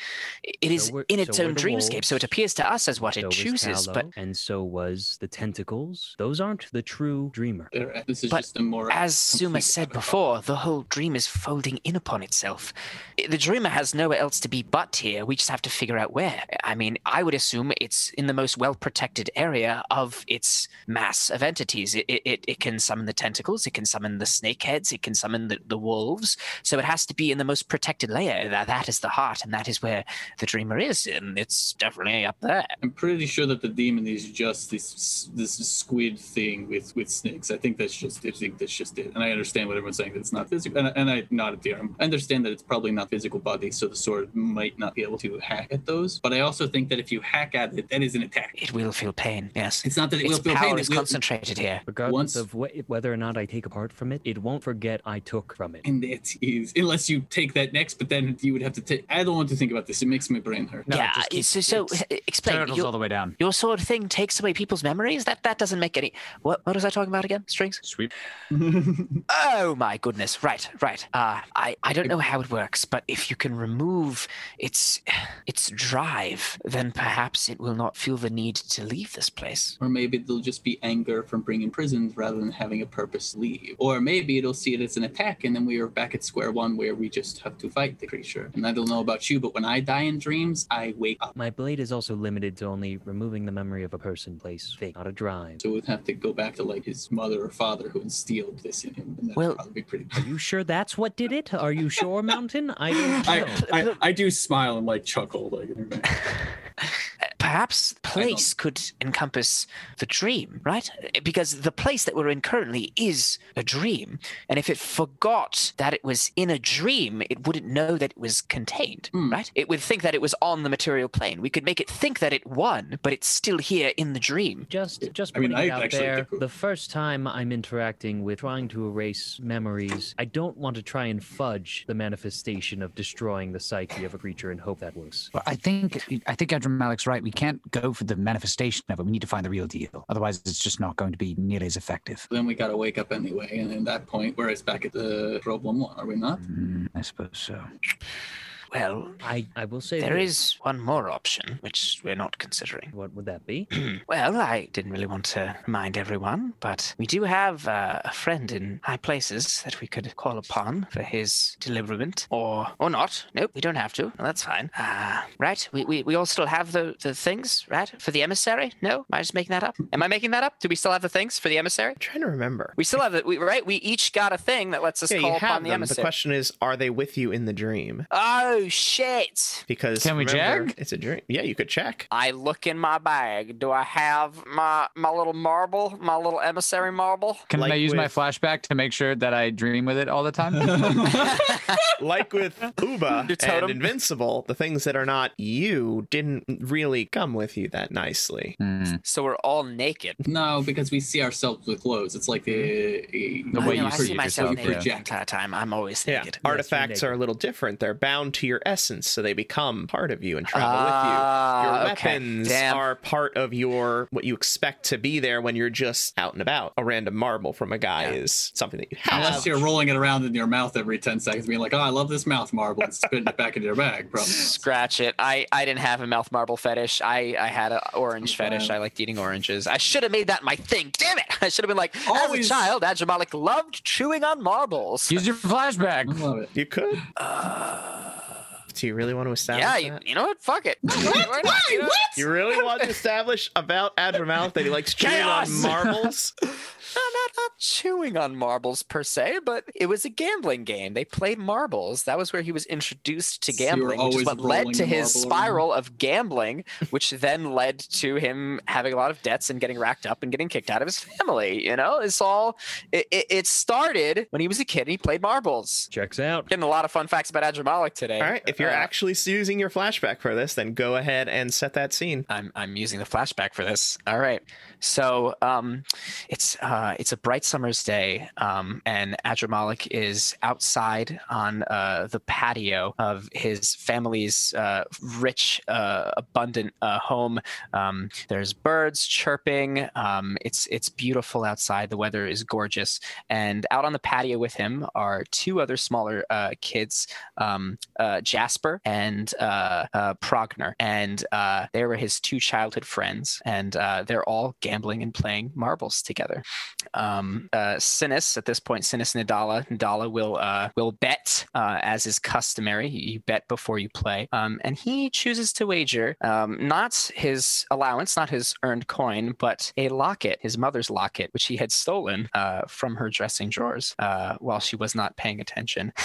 I- It is
So we're-
in its
so we're
own
the
dreamscape, so it
wolves.
appears to us as what
So
it
was
chooses. But
Tallow, and so was the tentacles. Those aren't the true dreamer.
There- This is
But
just a more.
As Suma
complete
said
avatar.
before, the whole dream is folding in upon itself. The dreamer has nowhere else to be but here. We just have to figure out where. I mean, I would assume it's in the most well protected area of its mass of entities. It, it- it, it can summon the tentacles, it can summon the snake heads, it can summon the, the wolves. So it has to be in the most protected layer. That, that is the heart, and that is where the dreamer is. And it's definitely up there.
I'm pretty sure that the demon is just this this squid thing with with snakes. I think that's just I think that's just it. And I understand what everyone's saying that it's not physical. And, I- and I nodded there. I understand that it's probably not physical body, so the sword might not be able to hack at those. But I also think that if you hack at it, that is an attack.
It will feel pain, yes.
It's not that it
its
will feel
power
pain.
is
It will,
concentrated here.
regardless
Once-
of wh- whether or not I take apart from it, it won't forget I took from it.
and it is unless you take that next. But then you would have to take. I don't want to think about this. It makes my brain hurt.
No, it
yeah,
just keeps-
so, so
it's
explain.
Turtles
your-
all the way down.
Your sword thing takes away people's memories? That that doesn't make any what what was I talking about again? Strings?
Sweep.
Oh my goodness. Right, right. Uh I, I don't know how it works, but if you can remove its its drive, then perhaps it will not feel the need to leave this place.
Or maybe it'll just be anger from being imprisoned rather than having a purpose to leave. Or maybe it'll see it as an attack and then we are back at square one where we just have to fight the creature. And I don't know about you, but when I die in dreams, I wake up.
My blade is also limited to only removing the memory of a person, place, thing, not a drive.
So we'd have to go back to like his mother or father who instilled this in him. And that'd
Well-
probably be pretty
Are you sure that's what did it? Are you sure, Mountain? I don't know.
I, I, I do smile and like chuckle like
Uh, Perhaps place could encompass the dream, right? Because the place that we're in currently is a dream. And if it forgot that it was in a dream, it wouldn't know that it was contained,
Hmm.
right? It would think that it was on the material plane. We could make it think that it won, but it's still here in the dream.
just, just
I mean,
putting
I
it out
actually
there.
think we're-
The first time I'm interacting with trying to erase memories, I don't want to try and fudge the manifestation of destroying the psyche of a creature and hope that works.
Well, I think I think Andrew Malik's right. We can't go for the manifestation of it. We need to find the real deal. Otherwise, it's just not going to be nearly as effective.
Then we gotta wake up anyway, and at that point we're it's back at the problem one, are we not?
Mm, I suppose so.
Well,
I, I will say
there
this.
is one more option, which we're not considering.
What would that be?
Well, I didn't really want to remind everyone, but we do have uh, a friend in high places that we could call upon for his deliverment, or or not. Nope, we don't have to. No, that's fine. Uh, right? We, we we all still have the the things, right? For the emissary? No, am I just making that up? Am I making that up? Do we still have the things for the emissary?
I'm trying to remember.
We still have it, we, right? We each got a thing that lets us
Yeah,
call
you have
upon the
them. The
emissary.
question is, are they with you in the dream?
oh shit!
Because
Can we
remember,
check?
It's a dream. Yeah, you could check.
I look in my bag. Do I have my my little marble, my little emissary marble?
Can I
Like
use my
with-
flashback to make sure that I dream with it all the time?
like with Uba
Your
and
totem?
Invincible, the things that are not you didn't really come with you that nicely.
Hmm.
So we're all naked.
No, because we see ourselves with clothes. It's like a, a
The
I
way
know,
you
I
see
see
it
myself
yourself,
naked
yeah.
the entire time. I'm always
Yeah,
naked.
artifacts
naked.
are a little different. They're bound to your essence, so they become part of you and travel with you. Your
Ah, okay.
weapons
Damn.
are part of your what you expect to be there when you're just out and about. A random marble from a guy is something that you have.
Unless you're rolling it around in your mouth every 10 seconds, being like, oh, I love this mouth marble, and spitting it back into your bag. Probably.
Scratch it. I, I didn't have a mouth marble fetish. I, I had an orange fetish. I liked eating oranges. I should have made that my thing. Damn it! I should have been like, as
Always-
a child, Adramalik loved chewing on marbles.
Use your flashback.
I love it.
You could. Do you really want to establish?
Ah. yeah,
that?
you, you know what? Fuck it. Why?
You really want to establish about Adramouth that he likes chewing on
Chaos!
marbles?
No, not, not chewing on marbles per se, but it was a gambling game. They played marbles. That was where he was introduced to
So you were
gambling, which
always
is what led
rolling
to
the
his
marble around.
spiral of gambling, which then led to him having a lot of debts and getting racked up and getting kicked out of his family. You know, it's all, it, it, it started when he was a kid and he played marbles.
Checks out.
Getting a lot of fun facts about Adramalik today.
All right. If you're
Uh,
actually using your flashback for this, then go ahead and set that scene.
I'm I'm using the flashback for this. All right. So um, it's uh, it's a bright summer's day, um, and Adramalik is outside on uh, the patio of his family's uh, rich, uh, abundant uh, home. Um, there's birds chirping. Um, it's it's beautiful outside. The weather is gorgeous, and out on the patio with him are two other smaller uh, kids um, uh, Jasper and uh, uh, Progner, and uh, they were his two childhood friends, and uh, they're all gambling and playing marbles together. Um, uh, Sinus at this point, Sinus Nadala, Nadala will uh, will bet uh, as is customary. You you bet before you play, um, and he chooses to wager um, not his allowance, not his earned coin, but a locket, his mother's locket, which he had stolen uh, from her dressing drawers uh, while she was not paying attention.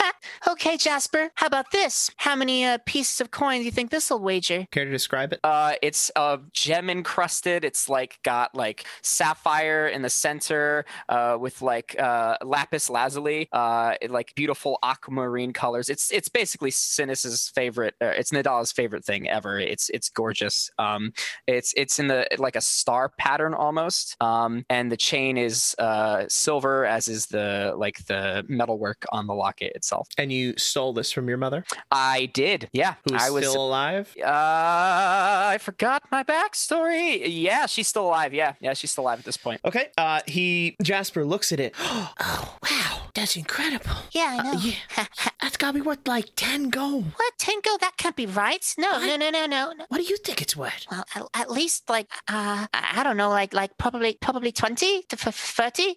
Okay, Jasper, how about this? How many uh, pieces of coin do you think this will wager?
Care to describe it?
Uh, it's uh, gem encrusted. It's like got like sapphire in the center, uh, with like uh, lapis lazuli, uh, it- like beautiful aquamarine colors. It's it's basically Sinus's favorite. Uh, it's Nadal's favorite thing ever. It's it's gorgeous. Um, it's it's in the like a star pattern almost. Um, and the chain is uh, silver, as is the like the metalwork on the locket itself.
And you stole this from your mother,
I did, yeah.
who's
I was
still alive.
uh, I forgot my backstory. Yeah, she's still alive. Yeah, yeah, she's still alive at this point.
Okay. Uh, he Jasper looks at it.
Oh,
Wow, that's incredible.
yeah, I know.
yeah, that's gotta be worth like 10 gold.
What, Tinko? That can't be right. No, no, no, no, no. no.
What do you think it's worth?
Well, at, at least like uh, I I don't know, like like probably probably twenty to f- thirty.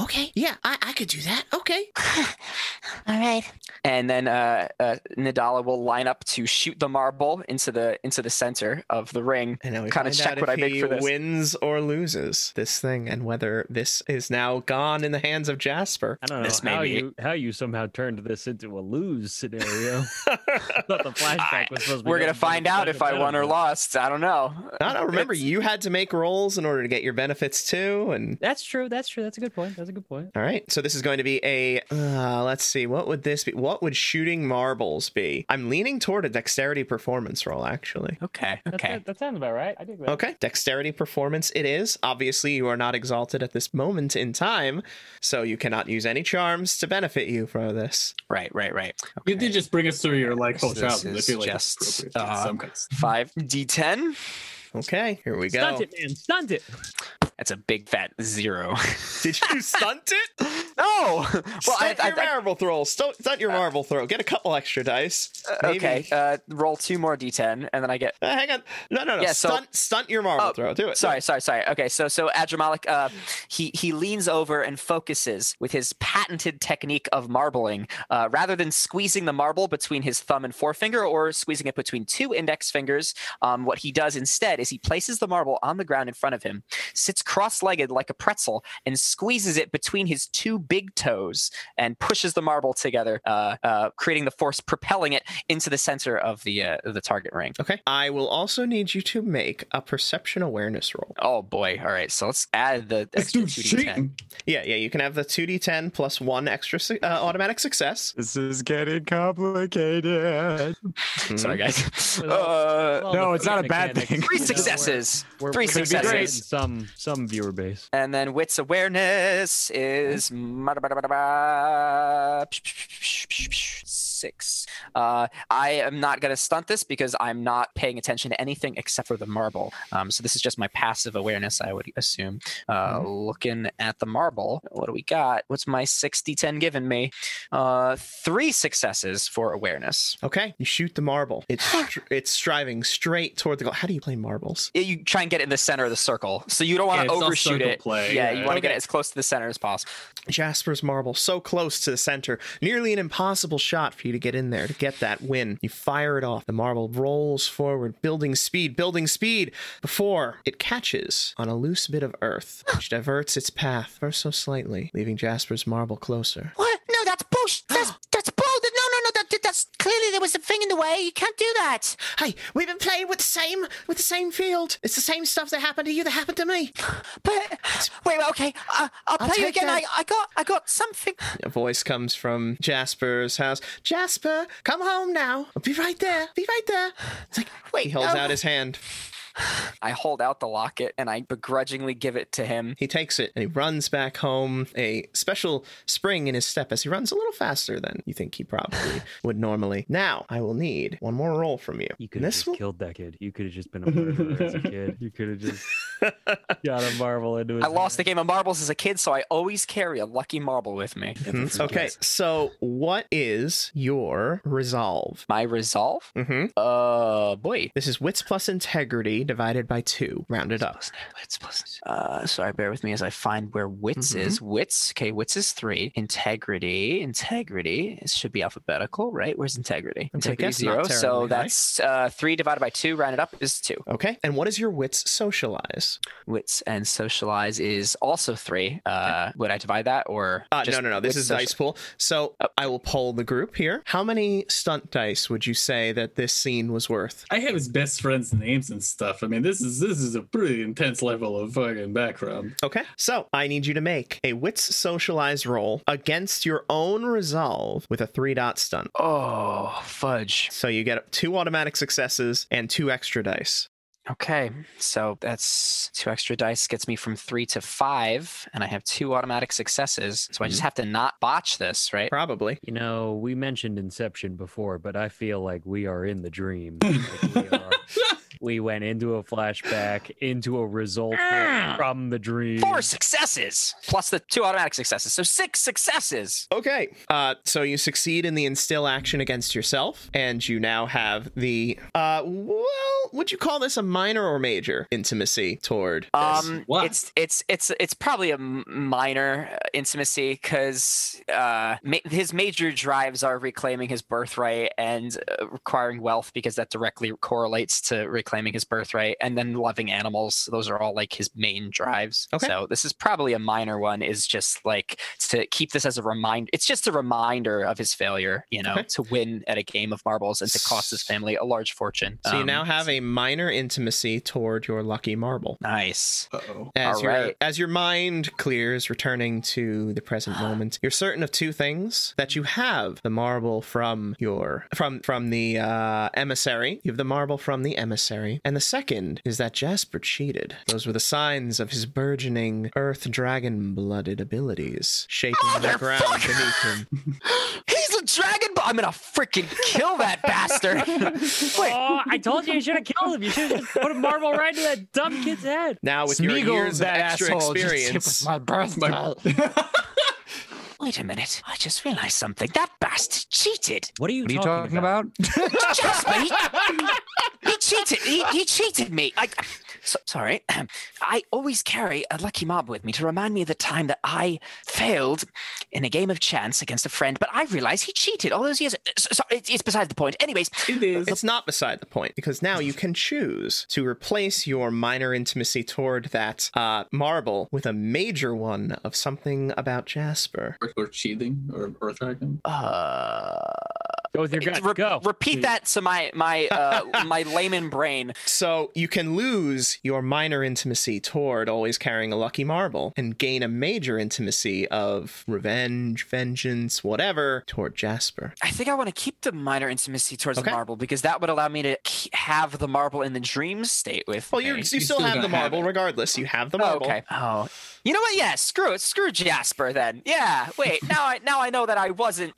Okay, yeah, I, I could do that. Okay.
All right.
And then uh, uh, Nadala will line up to shoot the marble into the into the center of the ring.
And now we
Kinda
find
check
out
what
if
I make
he
for this.
wins or loses this thing, and whether this is now gone in the hands of Jasper.
I don't know
This may
how
be-
you how you somehow turned this into a lose scenario. I thought the
I-
flashback was supposed to be.
We're gonna
nothing but
find out if I won or
benefit.
lost. I don't know.
I don't oh, remember.
It's-
You had to make rolls in order to get your benefits too, and
That's true. That's true. That's a good point. That's a good point.
All right. So this is going to be a. Uh, let's see. What would this be? What would shooting marbles be? I'm leaning toward a dexterity performance roll, actually.
Okay.
That's,
Okay.
That, that sounds about right. I dig that.
Okay. Dexterity performance it is. Obviously, you are not exalted at this moment in time, so you cannot use any charms to benefit you for this.
Right. Right. Right.
You did just bring us through your like whole
This
childhood. I
is
feel like
just,
it's appropriate. in
uh,
some kinds.
Five d10.
Okay. Here we go.
Stunt it, man. Stunt it.
That's a big fat zero.
Did you stunt it?
no. Well, I,
stunt
I,
your marble throw. Stunt, stunt your marble throw. Get a couple extra dice.
I,
Maybe.
okay. Uh, roll two more d10, and then I get
Uh, hang on. No, no, no.
Yeah, so-
stunt, stunt your marble
Oh,
throw. Do it.
Sorry, sorry, sorry. Okay, so so Adramalik, uh, he he leans over and focuses with his patented technique of marbling. Uh, rather than squeezing the marble between his thumb and forefinger or squeezing it between two index fingers, um, what he does instead is he places the marble on the ground in front of him, sits cross-legged like a pretzel, and squeezes it between his two big toes and pushes the marble together, uh, uh, creating the force propelling it into the center of the uh, the target ring.
Okay. I will also need you to make a perception awareness roll.
Oh boy! All right, so let's add the
Let's
extra
do
two d ten.
cheating.
Yeah, yeah. You can have the 2d10 plus one extra su- uh, automatic success.
This is getting complicated.
Mm-hmm. Sorry, guys.
Well,
Uh,
Well,
no,
the
it's not a bad
mechanics,
thing.
three
you know, we're-
successes.
we're-
Three
we're gonna be
successes.
getting Some some viewer base.
And then wits awareness is. Mada, Six. Uh, I am not going to stunt this because I'm not paying attention to anything except for the marble. Um, so this is just my passive awareness, I would assume. Uh, Looking at the marble, what do we got? What's my 60-10 giving me? Uh, three successes for awareness.
Okay, you shoot the marble. It's str- it's striving straight toward the goal. How do you play marbles?
Yeah, you try and get it in the center of the circle. So you don't want
Yeah,
to
it's all
overshoot
circle
it.
play,
yeah, you
yeah.
want to get
Okay.
it as close to the center as possible.
Jasper's marble so close to the center, nearly an impossible shot for you to get in there to get that win. You fire it off. The marble rolls forward, building speed, building speed before it catches on a loose bit of earth, which diverts its path ever so slightly, leaving Jasper's marble closer.
What? No, that's bullsh. That's that's bull. No, no, no. That, that's clearly there was a thing in the way. You can't do that.
Hey, we've been playing with the same with the same field. It's the same stuff that happened to you that happened to me.
But wait, wait, okay. Uh, I'll play you
take
again. I,
that.
I got I got something.
A voice comes from Jasper's house. Jasper, come home now. I'll be right there. Be right there. It's like
Wait.
he holds
oh,
out his hand.
I hold out the locket and I begrudgingly give it to him.
He takes it and he runs back home, a special spring in his step as he runs a little faster than you think he probably would normally. Now, I will need one more roll from you.
You
And
could have
this
just
will-
killed that kid. You could have just been a murderer as a kid. You could have just got a marble into his
I lost the
hand.
game of marbles as a kid, so I always carry a lucky marble with me.
Mhm. Okay, so what is your resolve?
My resolve?
hmm
Uh, boy.
This is wits plus integrity divided by two, rounded up.
Wits plus. Uh, sorry, bear with me as I find where
Mm-hmm.
wits is. Wits. Okay, wits is three. Integrity. Integrity. It should be alphabetical, right? Where's integrity?
Okay,
Integrity
that's
zero.
not
So
terribly high.
that's uh, three divided by two, rounded up is two.
Okay, and what is your wits socialize?
Wits and socialize is also three. Uh, would I divide that or?
Uh,
just
no, no, no. This
wits
is
social-
dice pool. So I will poll the group here. How many stunt dice would you say that this scene was worth?
I have his best friend's names and stuff. I mean, this is this is a pretty intense level of fucking background.
Okay. So I need you to make a wits socialize roll against your own resolve with a three dot stunt.
Oh, fudge.
So you get two automatic successes and two extra dice.
Okay, so that's two extra dice gets me from three to five, and I have two automatic successes. So I
Mm-hmm.
just have to not botch this, right?
Probably.
You know, we mentioned Inception before, but I feel like we are in the dream. Like, we, are- we went into a flashback, into a result from the dream.
Four successes plus the two automatic successes, so six successes.
Okay. Uh, so you succeed in the instill action against yourself, and you now have the uh, well, would you call this a minor or major intimacy toward this?
Um,
Wow.
it's it's it's it's probably a m- minor uh, intimacy because uh, ma- his major drives are reclaiming his birthright and uh, requiring wealth because that directly correlates to reclaiming his birthright, and then loving animals. Those are all like his main drives.
Okay.
So this is probably a minor one. Is just like to keep this as a reminder. It's just a reminder of his failure, you know,
Okay.
to win at a game of marbles and to cost his family a large fortune.
so you
Um,
now have a minor intimacy toward your lucky marble.
nice.
Uh oh.
As
All
your
right.
as your mind clears, returning to the present moment, you're certain of two things: that you have the marble from your from from the uh, emissary. You have the marble from the emissary, and the second is that Jasper cheated. Those were the signs of his burgeoning Earth Dragon blooded abilities shaking the ground beneath him.
He's a dragon, but I'm gonna freaking kill that bastard. Wait,
Oh, I told you you should have killed him. You should have just put a marble right into that dumb kid's head.
Now with your years
Smeagol's
of
that
extra
asshole. just- it was
experience,
my birthday.
wait a minute. I just realized something. That bastard cheated.
What are you,
What are you talking about?
Jasper, he, he cheated. He, he cheated me. I, so, sorry. I always carry a lucky mob with me to remind me of the time that I failed in a game of chance against a friend, but I realized he cheated all those years. So, so- it's, it's besides the point. Anyways,
It is.
It's not beside the point because now you can choose to replace your minor intimacy toward that uh, marble with a major one of something about Jasper.
Or, or cheating or Earth Dragon.
uh,
Go with your gut.
Re-
Go.
Repeat that to my my uh, my layman brain.
So you can lose your minor intimacy toward always carrying a lucky marble and gain a major intimacy of revenge, vengeance, whatever toward Jasper.
I think I want to keep the minor intimacy towards
Okay.
the marble because that would allow me to ke- have the marble in the dream state with.
Well,
me.
you're, you still,
still
have
gonna
the
have
marble
it.
regardless. You have the
Oh,
marble.
okay. Oh, you know what? Yeah, screw it. Screw Jasper then. Yeah. Wait. Now I now I know that I wasn't.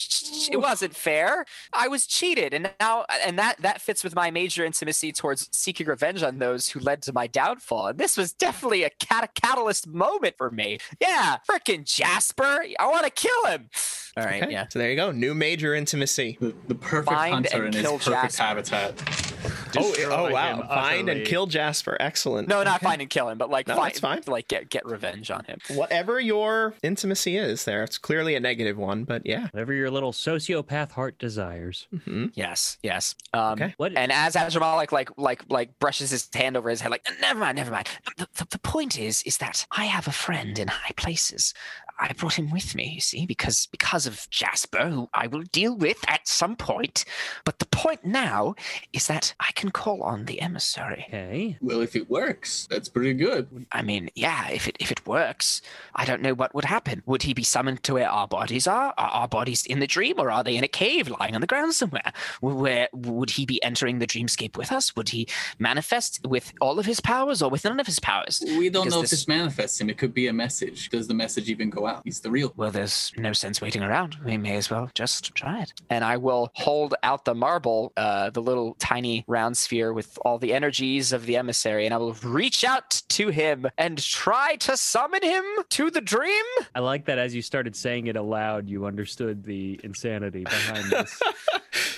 It wasn't fair. I was cheated, and now and that that fits with my major intimacy towards seeking revenge on those who led to my downfall. And this was definitely a cat- catalyst moment for me. Yeah. Frickin' Jasper. I want to kill him. All right.
Okay,
Yeah.
So there you go. New major intimacy.
The, the perfect
Find
hunter
and
in his
kill
perfect
Jasper.
habitat.
Oh,
Destroy
oh
him
wow. Find and
utterly.
kill Jasper. Excellent.
No, not find and kill him, but like
No,
find,
that's fine.
like get get revenge on him.
Whatever your intimacy is there, it's clearly a negative one, but yeah.
Whatever your little sociopath heart desires.
Yes, yes. Um,
Okay.
What-
And as Azramalik like like like brushes his hand over his head, like never mind, never mind. The, the, the point is, is that I have a friend in high places. I brought him with me, you see, because because of Jasper, who I will deal with at some point. But the point now is that I can call on the emissary.
Okay.
Well, if it works, that's pretty good.
I mean, yeah, if it if it works, I don't know what would happen. Would he be summoned to where our bodies are? Are our bodies in the dream, or are they in a cave lying on the ground somewhere? W- Where would he be entering the dreamscape with us? Would he manifest with all of his powers, or with none of his powers?
We don't
Because
know
this-
if this manifests him. It could be a message. Does the message even go out? He's the real.
Well, there's no sense waiting around. We may as well just try it. And I will hold out the marble, uh, the little tiny round sphere with all the energies of the emissary, and I will reach out to him and try to summon him to the dream.
I like that as you started saying it aloud, you understood the insanity behind this.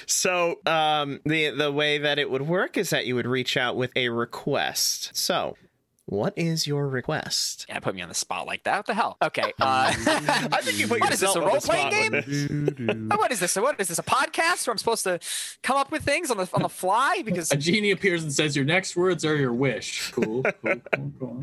So um, the the way that it would work is that you would reach out with a request. So, what is your request?
Yeah, put me on the spot like that. What the hell? Okay. Uh,
I think you put
What is this,
yourself
a
on the
role-playing
spot with
game?
this.
what is this? What is this? A podcast where I'm supposed to come up with things on the on the fly? Because
A genie appears and says, "Your next words are your wish." Cool. cool, cool, cool.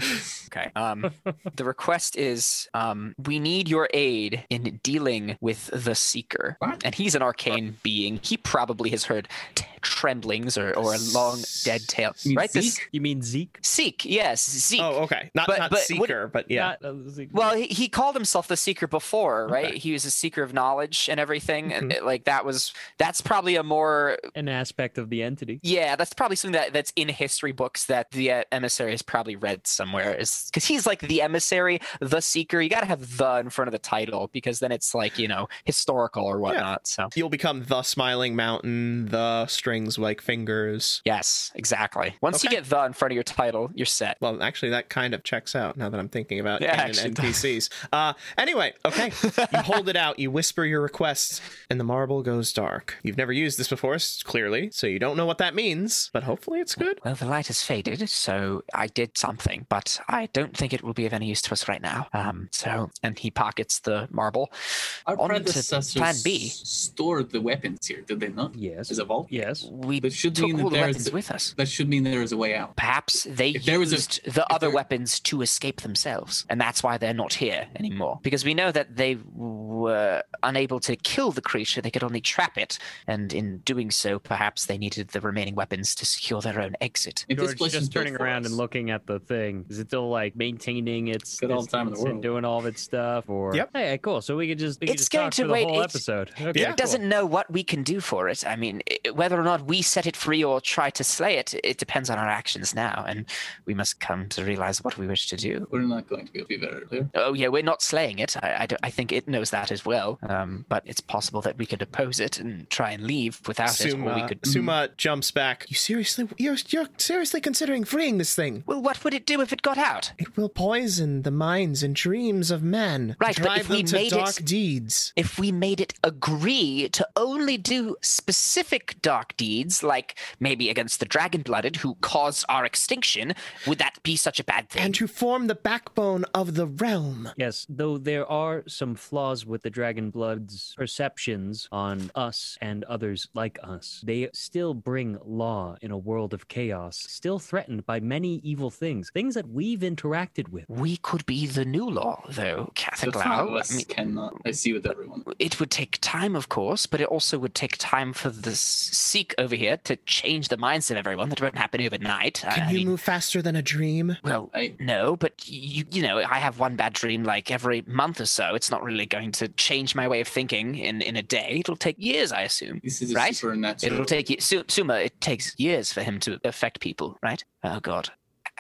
okay. Um, the request is um, we need your aid in dealing with the seeker,
What?
and he's an arcane being. He probably has heard t- tremblings or or a long dead tale.
You mean
Right? This
Zeke?
You mean Zeke?
seek. Yes, seek.
Oh, okay. Not
But-
not
but what-
seeker, but yeah.
Not, uh, Zeke.
Well, he, he called himself the seeker before, right?
Okay.
He was a seeker of knowledge and everything, and uh, like that was that's probably a more
an aspect of the entity.
Yeah, that's probably something that, that's in history books that the uh, emissary has probably read somewhere. Is because he's like the emissary, the seeker. You got to have the in front of the title because then it's like you know historical or whatnot. So
You'll become the smiling mountain, the strings like fingers.
yes, exactly. Once
Okay.
you get the in front of your title, you're set.
Well, actually, that kind of checks out now that I'm thinking about
Yeah,
canon
actually it
NPCs. Uh, anyway, okay. you hold it out, you whisper your requests, and the marble goes dark. You've never used this before, s- clearly, so you don't know what that means, but hopefully it's good.
Well, the light has faded, so I did something, but I don't think it will be of any use to us right now. Um, so and he pockets the marble.
Our
On to
predecessors
Plan B.
stored the weapons here, did they not?
Yes.
As a vault.
Yes.
We
But should
took
mean that
all the
there is
weapons
the-
with us.
That should mean there is a way out.
Perhaps they
If there was a-
used the other
there-
weapons to escape themselves, and that's why they're not here anymore. Because we know that they were unable to kill the creature; they could only trap it, and in doing so, perhaps they needed the remaining weapons to secure their own exit.
If
George
is
just
built
turning
for
around
us-
and looking at the thing. Is it still like maintaining its
Got all the time in the
distance and
world.
doing all of its stuff? Or
Yep.
Hey, cool. So we could just we could
It's
just
going
talk
to
for the
wait,
whole
it's-
episode. Okay,
Yeah.
cool.
It doesn't know what we can do for it. I mean, i- whether or not we set it free or try to slay it, it depends on our actions now, and we must come to realize what we wish to do.
We're not going to be able to be better. Clear?
Oh yeah, we're not slaying it. I, I, don't- I think it knows that as well. Um, but it's possible that we could oppose it and try and leave without it, or we
Suma,
could.
Suma jumps back. You seriously, you're, you're seriously considering freeing this thing?
Well, what would it do if it got out?
It will poison the minds and dreams of men,
Right, but
drive
if we
them to
made it-
dark deeds.
If we made it agree to only do specific dark deeds, like maybe against the dragon blooded who caused our extinction, would that be be such a bad thing.
and to form the backbone of the realm.
Yes, though there are some flaws with the Dragon Blood's perceptions on us and others like us. They still bring law in a world of chaos, still threatened by many evil things, things that we've interacted with.
we could be the new law, though,
The
Catholic
five of
Law. I
us
mean,
cannot. I see with everyone.
it would take time, of course, but it also would take time for the Sikh over here to change the minds of everyone. That won't happen overnight.
Can you move faster than a dream?
Well,
I-
no, but you, you know, I have one bad dream like every month or so. It's not really going to change my way of thinking in, in a day. It'll take years, I assume.
This is a
right?
supernatural.
It'll take ye- Su- Suma. It takes years for him to affect people, right? Oh God,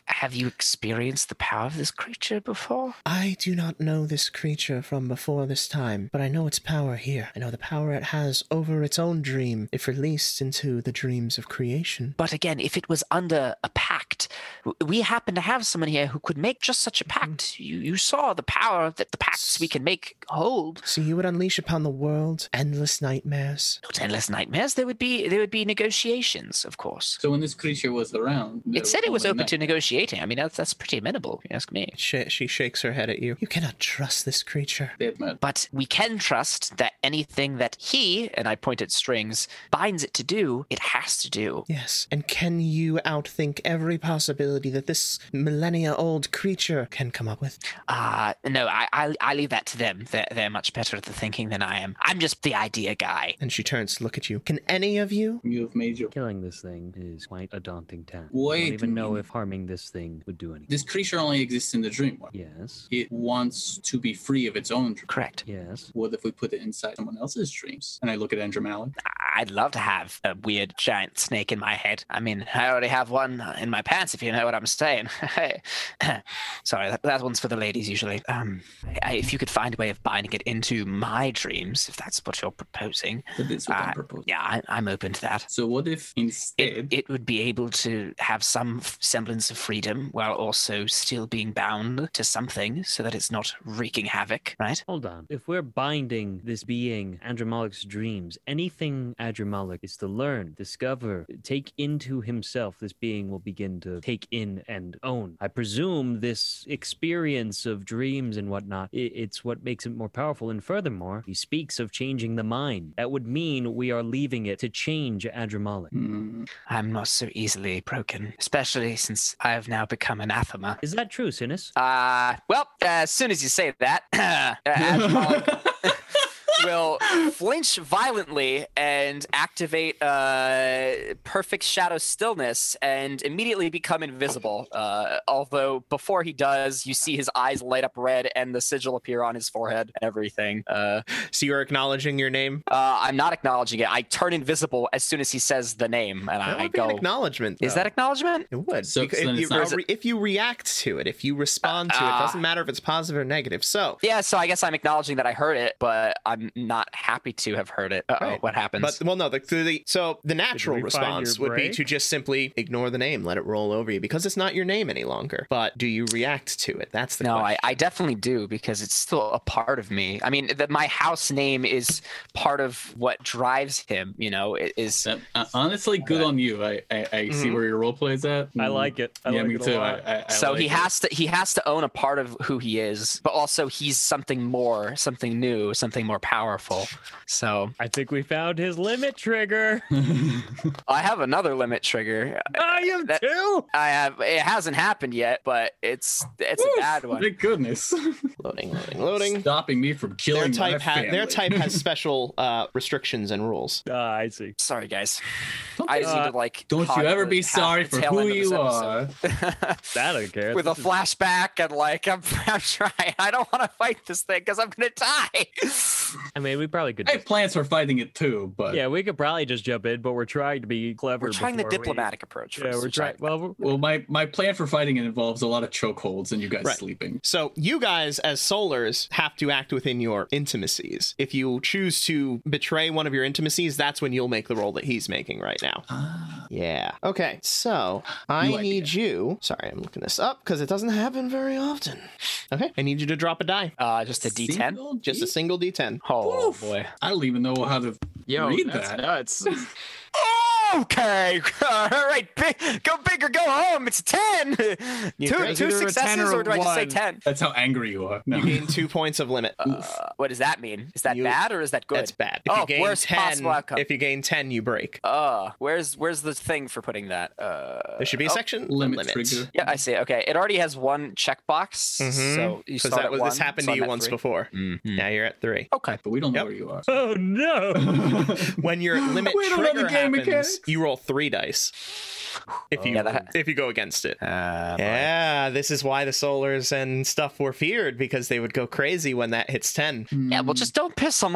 have you experienced the power of this creature before?
I do not know this creature from before this time, but I know its power here. I know the power it has over its own dream if released into the dreams of creation.
But again, if it was under a pact, w- we happen to have someone here who could make just such a pact. You, you saw the power that the pacts we can make hold.
So you would unleash upon the world endless nightmares.
Not endless nightmares. There would be there would be negotiations, of course.
So when this creature was around, there
It said it was
only
open
nine.
to negotiating. I mean, that's, that's pretty amenable, if you ask me.
She, she shakes her head at you. You cannot trust this creature.
Dead man.
But we can trust that anything that he, and I point at strings, binds it to do, it has to do.
Yes. And can you outthink every possibility that this millennia old creature can come up with?
Uh, no, I, I, I leave that to them. They're, they're much better at the thinking than I am. I'm just the idea guy.
And she turns to look at you. Can any of you?
You have made your.
Killing this thing is quite a daunting task. I
Wait
don't
a
even know
minute.
if harming this thing would do anything.
This creature only exists in the dream world.
Yes,
It wants to be free of its own dream.
Correct.
yes.
What if we put it inside someone else's dreams? And I look at Andrew Mallon.
I- I'd love to have a weird giant snake in my head. I mean, I already have one in my pants, if you know what I'm saying. Sorry, that, that one's for the ladies usually. Um, I, if you could find a way of binding it into my dreams, if that's what you're proposing,
That is what
Uh,
I'm proposing.
yeah, I, I'm open to that.
So what if
It,
instead
it would be able to have some f- semblance of freedom while also still being bound to something so that it's not wreaking havoc, right?
Hold on. If we're binding this being, Andromalik's dreams, anything Andromalik is to learn, discover, take into himself, this being will begin to take in and own. I presume this experience of dreams and whatnot, i- it's what makes it more powerful. And furthermore, he speaks of changing the mind. That would mean we are leaving it to change Andromalik.
Hmm,
I'm not so easily broken, especially since I have now become anathema.
Is that true, Sinus?
Uh, well, as soon as you say that, uh, Admiral will flinch violently and activate uh, perfect shadow stillness and immediately become invisible. Uh, although before he does, you see his eyes light up red and the sigil appear on his forehead and everything. Uh,
So you're acknowledging your name?
uh, I'm not acknowledging it. I turn invisible as soon as he says the name, and
That
I, I
would be an
go.
acknowledgement.
Is
though.
that acknowledgement?
It would.
So-
because
so then
if, you,
it's not-
or re- if you react to it, if you respond to it, it
Ah.
doesn't matter if it's positive or negative. So,
Yeah, so I guess I'm acknowledging that I heard it, but I'm not happy to have heard it. Uh oh,
Right.
what happens?
but well, no. The, the, the- so the natural
we find your
response would be
break?
to just simply ignore the name, let it roll over you because it's not your name any longer. But do you react to it? That's the
no,
question.
I, I definitely do because it's still a part of me. I mean, that my house name is part of what drives him. You know, i- is
that- uh, honestly, good on you. I I, I see
Mhm.
where your role plays at. Mm,
it.
yeah, me too. I, I, I
Mm-hmm. so he
like it.
has to he has to own a part of who he is, but also he's something more, something new, something more powerful. So
I think we found his limit trigger.
I have another limit trigger.
I am
That-
too.
I have it hasn't happened yet, but it's it's a
Woo,
bad one.
Thank goodness.
loading, loading, loading.
Stopping me from
Their
killing
type,
my
ha- their
family.
type has special uh, restrictions and rules.
Ah, I see.
Sorry, guys.
Don't
I
you- uh,
just need to like.
Don't
hog
you ever
the
be
half
sorry
the
for
tail
who
end of this
you are.
episode.
That I don't care.
With a
This is-
flashback and like I'm, I'm trying. I don't want to fight this thing because I'm gonna die.
I mean, we probably could.
I
Just,
have plans for fighting it too, but
yeah, we could probably just jump in, but we're trying to be clever.
We're trying the
before we-
diplomatic approach.
yeah,
first,
we're
which I-
trying. Well, we're-
well, my my plan for fighting it involves a lot of chokeholds and you guys
Right.
sleeping.
So you guys, as solars, have to act within your intimacies. If you choose to betray one of your intimacies, that's when you'll make the roll that he's making right now.
Ah.
Yeah. Okay. So I
New idea.
need you. Sorry, I'm looking this up because it doesn't happen very often. Okay. I need you to drop a die.
Uh, just a D10.
Single
Just a
D-
single d10.
Oh
Oof.
boy.
I don't even know how to
Yo,
read
that's
that.
nuts.
Okay, all right, big, go big or go home. It's ten. two
guys
two
either
a 10
successes,
or a
or do I just say
one.
ten? Uh,
That's how angry you are. No.
You gain two points of limit.
What does that mean? Is that
You-
bad or is that good?
That's bad. If
oh,
you gain
worst
10,
possible outcome.
If you gain 10, you break.
Uh, where's where's the thing for putting that? Uh,
there should be a
oh,
section
limit trigger.
Yeah, I see. Okay, it already has one checkbox, so you
because
start
Mm-hmm. that
at
was
one,
this happened to
so I'm
you
at
once
three.
before.
Mm-hmm.
Now you're at three.
Okay,
But we don't
Yep.
know where you are.
Oh no!
When your limit
We don't know the
trigger
game
happens,
mechanics.
you roll three dice. If you
Yeah, that-
if you go against it.
Uh,
yeah, this is why the solars and stuff were feared because they would go crazy when that hits ten.
Hmm.
yeah, well, just don't piss them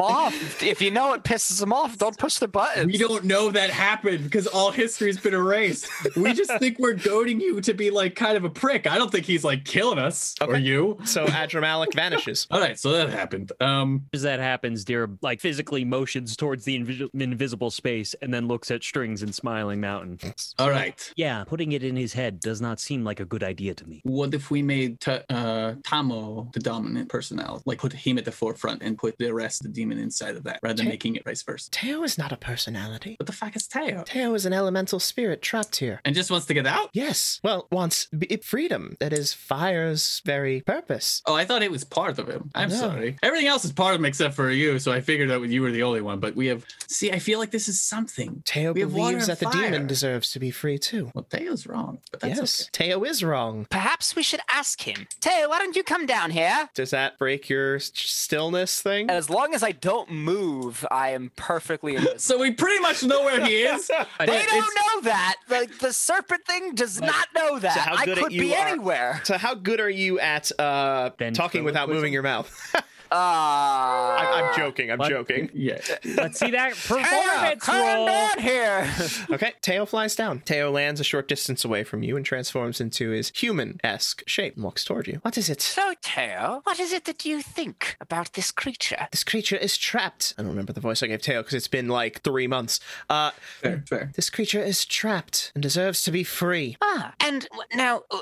off. if you know it pisses them off, don't push the buttons.
We don't know that happened because all history's been erased. We just think we're goading you to be like kind of a prick. I don't think he's like killing us or
Okay.
you.
So Adramalic vanishes.
All right, so that happened. Um,
As that happens, Deer like physically motions towards the invis- invisible space and then looks at strings and smiling mountain.
all right.
Yeah, putting it in his head does not seem like a good idea to me.
What if we made Ta- uh, Tamo the dominant personality? Like put him at the forefront and put the rest of the demon inside of that rather than
Okay.
making it vice versa.
Teo is not a personality.
What the fuck is Teo?
Teo is an elemental spirit trapped here.
And just wants to get out?
Yes. Well, wants b- freedom. That is fire's very purpose.
Oh, I thought it was part of him. I'm
No.
sorry. Everything else is part of him except for you, so I figured that you were the only one. But we have. See, I feel like this is something.
Teo
We have water
believes
and
that the demon
fire.
deserves to be free too.
Well, Teo's wrong, but that's
yes, Teo is wrong.
Perhaps we should ask him. Teo, why don't you come down here?
Does that break your s- stillness thing?
And as long as I don't move, I am perfectly
okay.
invisible.
So we pretty much know where he is. but
They don't
it's-
know that. Like the serpent thing does not know that.
how
I
good at
could
you
be
are-
anywhere.
So how good are you at uh, talking without
Ventriloquism?
moving your mouth?
Uh, Ah,
I'm, I'm joking. I'm
What?
joking.
Yeah.
Let's see that
Teo,
performance
come
roll.
down here.
Okay. Teo flies down. Teo lands a short distance away from you and transforms into his human-esque shape and walks toward you. What is it?
so, Teo, what is it that you think about this creature?
This creature is trapped. I don't remember the voice I gave Teo because it's been like three months. Uh,
Fair, fair.
this creature is trapped and deserves to be free.
Ah, and w- now, uh,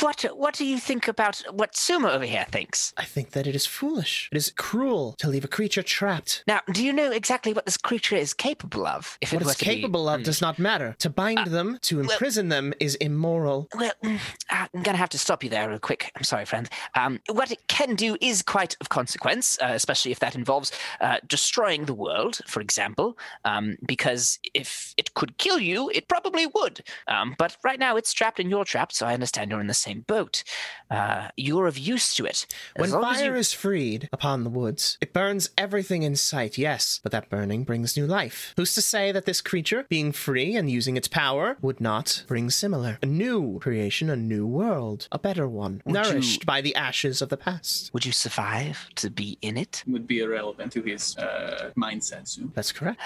what what do you think about what Suma over here thinks?
I think that it is foolish. It is cruel to leave a creature trapped.
Now, do you know exactly what this creature is capable of? If
What
it
it's
was to be-
capable
Hmm.
of does not matter. To bind
Uh,
them, to imprison them, is immoral.
Well, mm, I'm going to have to stop you there real quick. I'm sorry, friend. Um, what it can do is quite of consequence, uh, especially if that involves uh, destroying the world, for example, um, because if it could kill you, it probably would. Um, but right now it's trapped and you're trapped, so I understand you're in the same boat. Uh, you're of use to it.
When
As long as you-
fire is freed upon the woods, it burns everything in sight, yes, but that burning brings new life. Who's to say that this creature, being free and using its power, would not bring similar? A new creation, a new world, a better one, nourished by the ashes of the past.
Would you survive to be in it?
Would be irrelevant to his uh, mindset soon.
That's correct.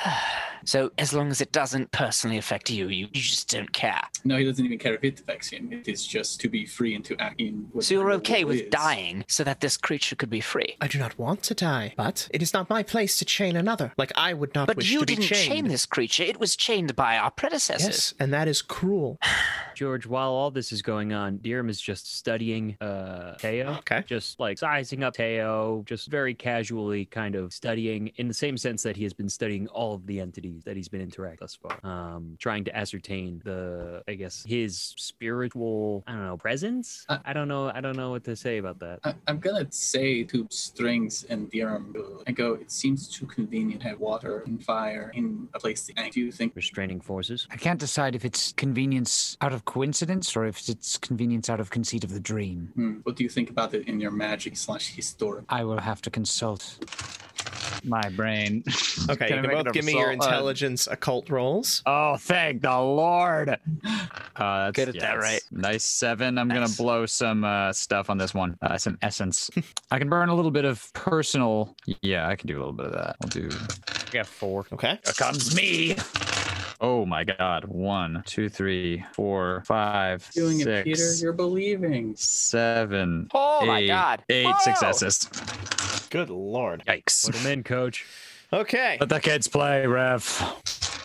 So, as long as it doesn't personally affect you, you, you just don't care.
No, he doesn't even care if it affects him. It is just to be free and to act in. what
So, you're
the
okay
world
with
is.
dying so that this creature could be free.
I do not want to die, but it is not my place to chain another, like I would not
But
wish
you
to be
didn't
chained.
chain this creature. It was chained by our predecessors.
Yes, and that is cruel.
George, while all this is going on, Dirham is just studying uh Teo.
Okay.
Just like sizing up Teo, just very casually kind of studying in the same sense that he has been studying all of the entities that he's been interacting thus far. Um, trying to ascertain the I guess his spiritual I don't know, presence?
Uh,
I don't know I don't know what to say about that.
I- I'm gonna say to strings and Diram, I go. It seems too convenient to have water and fire in a place. To act. Do you think
Restraining forces.
I can't decide if it's convenience out of coincidence or if it's convenience out of conceit of the dream.
Hmm, What do you think about it in your magic slash historic?
I will have to consult my brain.
Okay, you
Can I
can
make
both
it
give me your
result? Uh,
intelligence occult rolls.
Oh, thank the Lord. Uh, that's,
Good at that, right?
Nice seven. I'm gonna
Nice.
blow some uh, stuff on this one. Uh, some essence. I can burn a little bit of personal. Yeah, I can do a little bit of that. I'll do.
Yeah, four.
Okay.
Here comes me. Oh my God! One, two, three, four, five,
Doing it, Peter.
six,
You're believing.
seven,
Oh my
eight-
God.
Eight
Whoa.
successes.
Good lord.
Yikes!
Put him in, coach.
Okay.
Let the kids play, ref.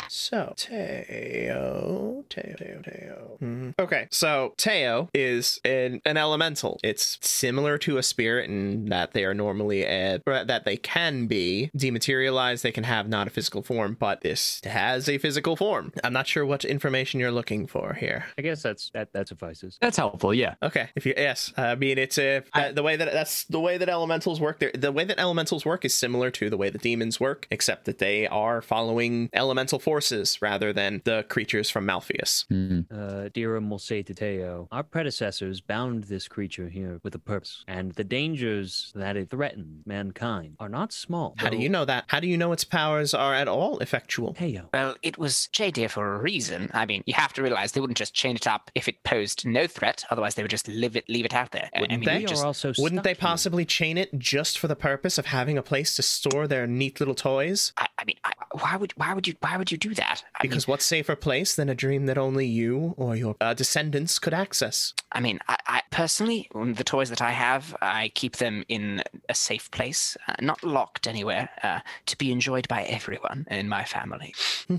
So Teo, Teo, Teo, Teo. Hmm. Okay, so Teo is an, an elemental. It's similar to a spirit in that they are normally a, or that they can be dematerialized. They can have not a physical form, but this has a physical form. I'm not sure what information you're looking for here.
I guess that's that that suffices.
That's helpful. Yeah.
Okay. If you yes, I mean it's a that, the way that that's the way that elementals work. They're- The way that elementals work is similar to the way that demons work, except that they are following elemental forces rather than the creatures from Malpheus.
Hmm.
Uh, Dirham will say to Teo, Our predecessors bound this creature here with a purpose, and the dangers that it threatened mankind are not small.
How do
though-
you know that? How do you know its powers are at all effectual?
Teo.
Well, it was Jadir for a reason. I mean, you have to realize they wouldn't just chain it up if it posed no threat. Otherwise, they would just leave it, leave it out there. I- I mean,
they?
we
We
just-
are also
Wouldn't
stuck
they
here.
possibly chain it just for the purpose of having a place to store their neat little toys?
I, I mean, I, why would why would you why would you do that? I mean,
Because what safer place than a dream that only you or your uh, descendants could access?
I mean, I, I personally, um, the toys that I have, I keep them in a safe place, uh, not locked anywhere, uh, to be enjoyed by everyone in my family.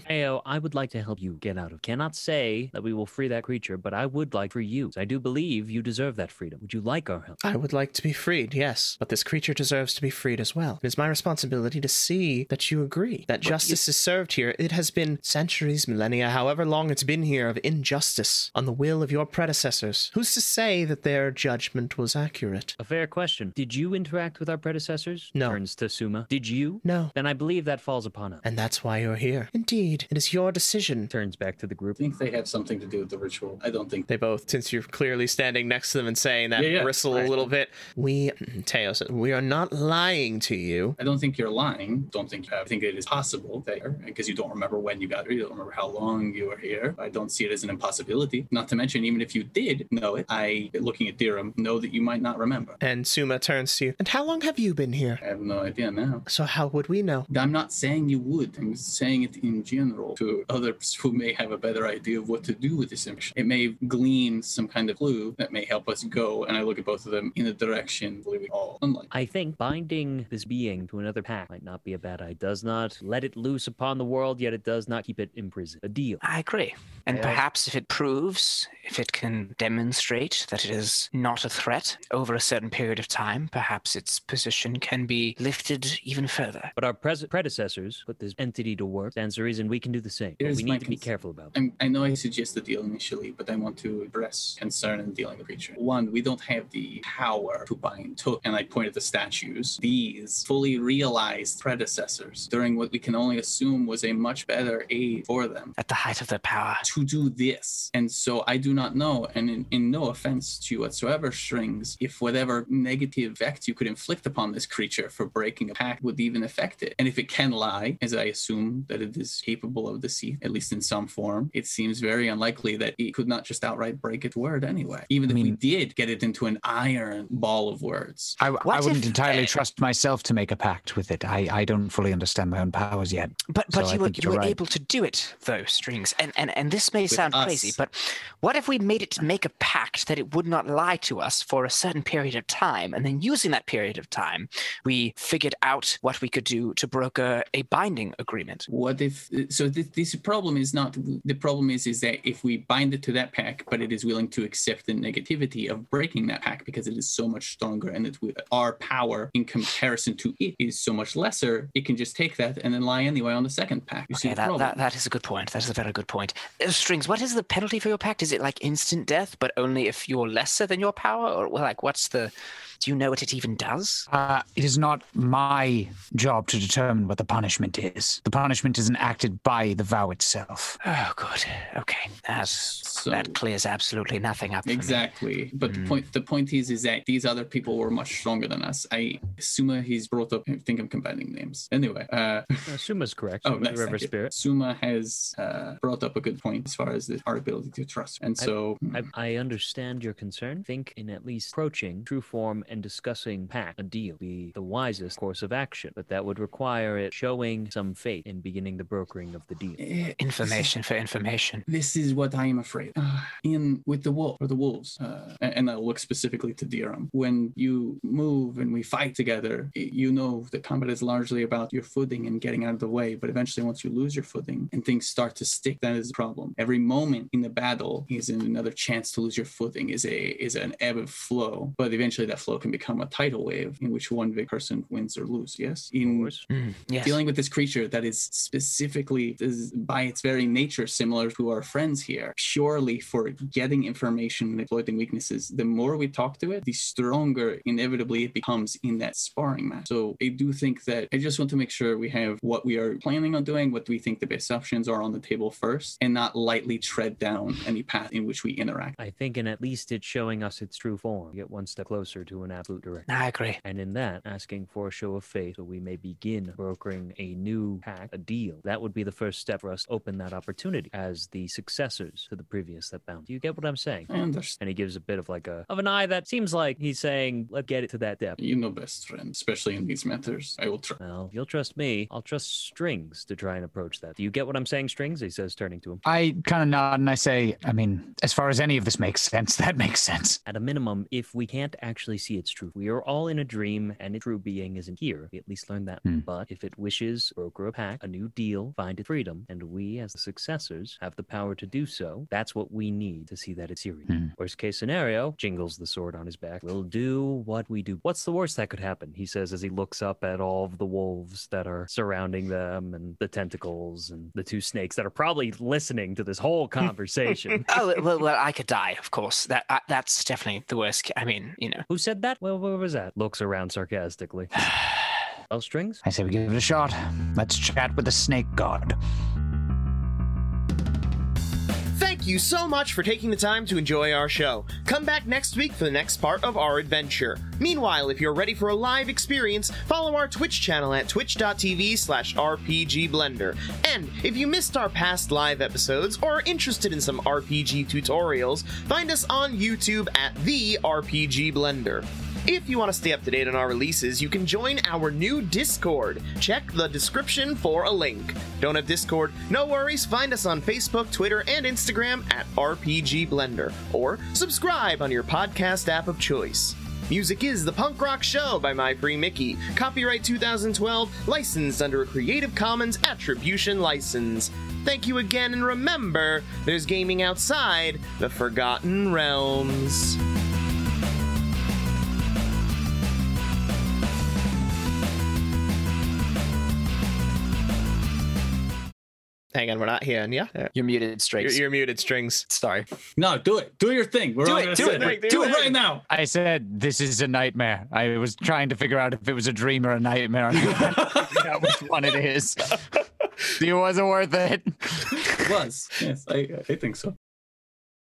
Teo, I would like to help you get out of. Cannot say that we will free that creature, but I would like for you. I do believe you deserve that freedom. Would you like our help?
I would like to be freed, yes, but this creature deserves to be freed as well. It is my responsibility to see that you agree that justice is served here. It has been centuries, millennia, however long it's been here, of injustice on the will of your predecessors. Who's to say that their judgment was accurate?
A fair question. Did you interact with our predecessors?
No.
Turns to Suma. Did you?
No,
Then I believe that falls upon us.
and that's why you're here. Indeed, it is your decision.
Turns back to the group.
think they have something to do with the ritual. I don't think
They both, since you're clearly standing next to them and saying that
Yeah, yeah,
bristle a
right.
little bit, we, Teo said, we are not lying to you.
I don't think you're lying. Don't think I think it is possible there because you don't remember when you got here. You don't remember how long you were here. I don't see it as an impossibility. Not to mention, even if you did know it, I, looking at Dirham, know that you might not remember.
And Suma turns to you, and how long have you been here?
I have no idea now.
So how would we know?
I'm not saying you would. I'm saying it in general to others who may have a better idea of what to do with this information. It may glean some kind of clue that may help us go. And I look at both of them in a direction believe we all unlike.
I think binding this being to another pack might not be a bad idea. Does not let it loose upon the world, yet it does not keep it imprisoned. A deal.
I agree. And perhaps if it proves, if it can demonstrate that it is not a threat over a certain period of time, perhaps its position can be lifted even further.
But our pres- predecessors put this entity to work. Stands to reason we can do the same. But
Here's
we
my
need to be
cons-
careful about it.
I'm, I know I suggest the deal initially, but I want to address concern in dealing with creature. One, we don't have the power to bind took, and I point at the statues. These fully realized predecessors during what we can only assume was a much better age for them
At the height of their power,
to do this. And so I do not know, and in, in no offense to you whatsoever, Strings, if whatever negative effect you could inflict upon this creature for breaking a pact would even affect it. And if it can lie, as I assume that it is capable of deceit, at least in some form, it seems very unlikely that it could not just outright break its word anyway. Even if we did get it into an iron ball of words.
I, I
if-
wouldn't entirely
uh,
trust myself to make a pact with it. I, I don't fully understand my own powers yet.
But but
So I
you were
think
you
you're
were
right.
able to do it though, strings. And and and this may sound crazy,
us.
but what if we made it make a pact that it would not lie to us for a certain period of time, and then using that period of time, we figured out what we could do to broker a binding agreement.
What if so? This, this problem is not the problem is is that if we bind it to that pack, but it is willing to accept the negativity of breaking that pack because it is so much stronger and it's wi- our power in comparison to it is so much lesser, it can just take that and then lie anyway on the second pack. You see
Okay,
the
that,
problem?
that, that is a good point. That is a very good point. Uh, Strings, what is the penalty for your pact? Is it like instant death, but only if you're lesser than your power, or well, like what's the? Do you know what it even does?
Uh, it is not my job to determine what the punishment is. The punishment is enacted by the vow itself.
Oh, good. Okay, that's that Hmm. clears absolutely nothing up. for me.
Exactly. But the point the point is is that these other people were much stronger than us. I Suma he's brought up I think I'm combining names. Anyway, uh
Uh, Suma's correct.
Oh,
Suma's
nice.
the river
thank you.
spirit.
Suma has uh, brought up a good point as far as the, our ability to trust. And so,
I, I understand your concern. Think in at least approaching true form and discussing pact a deal be the wisest course of action, but that would require it showing some faith in beginning the brokering of the deal.
eh,
Information for information.
this is what I am afraid. Ah, In with the wolf or the wolves, uh, a- and I look specifically to Dirham. When you move and we fight together, i- you know that combat is largely about your footing and getting out of the way, but eventually, once you lose your footing and things start to stick, that is a problem. Every moment in the battle is another chance to lose your footing. is a is an ebb and flow, but eventually that flow can become a tidal wave in which one big person wins or loses. Yes, in
Hmm,
Yes.
dealing with this creature that is specifically is by its very nature similar to our friends here purely for getting information and exploiting weaknesses the more we talk to it the stronger inevitably it becomes in that sparring match so i do think that i just want to make sure we have what we are planning on doing what we think the best options are on the table first and not lightly tread down any path in which we interact
I think, and at least it's showing us its true form. Get one step closer to an absolute direction.
I agree.
And in that, asking for a show of faith so we may begin brokering a new pact, a deal. That would be the first step for us to open that opportunity as the successors to the previous that bound. Do you get what I'm saying?
i understand
And he gives a bit of like a of an eye that seems like he's saying, let's get it to that depth.
you know best friend especially in these matters i will try
Well, you'll trust me. I'll trust strings to try and approach that. Do you get what I'm saying, strings? He says, turning to him.
I kind of nod and I say, I mean, as far as any of this makes sense, that makes sense.
At a minimum, if we can't actually see its truth, we are all in a dream and its true being isn't here. We at least learned that.
Hmm.
But if it wishes, broker a pact, a new deal, find its freedom, and we as the successors have the power to do so, that's what we need to see that it's serious.
Hmm.
Worst case scenario, jingles the sword on his back. We'll do what we do. What's the worst that could happen? He says as he looks up at all of the wolves that are surrounding them and the tentacles and the two snakes that are probably listening to this whole conversation.
oh, well, well, I could die, of course. That I, that's definitely the worst. ca- I mean, you know.
Who said that? Well, where was that? Looks around sarcastically. L strings?
I say we give it a shot. Let's chat with the snake god.
Thank you so much for taking the time to enjoy our show. Come back next week for the next part of our adventure. Meanwhile, if you're ready for a live experience, follow our Twitch channel at twitch.tv slash rpgblender. And if you missed our past live episodes or are interested in some RPG tutorials, find us on YouTube at the RPG Blender. If you want to stay up to date on our releases, you can join our new Discord. Check the description for a link. Don't have Discord? No worries. Find us on Facebook, Twitter, and Instagram at RPG Blender, or subscribe on your podcast app of choice. Music is The Punk Rock Show by My Free Mickey. Copyright 2012, licensed under a Creative Commons Attribution License. Thank you again, and remember, there's gaming outside the Forgotten Realms. Hang on, we're not hearing you.
You're muted, straight.
You're, you're muted, strings.
Sorry.
no do it do your thing we're
Do
all
it,
gonna
do
sit
it,
there.
Nick, do
do
it.
it right now
I said, this is a nightmare. I was trying to figure out if it was a dream or a nightmare. and I couldn't figure out which one it is. it wasn't worth it.
was. Yes, I, I think so.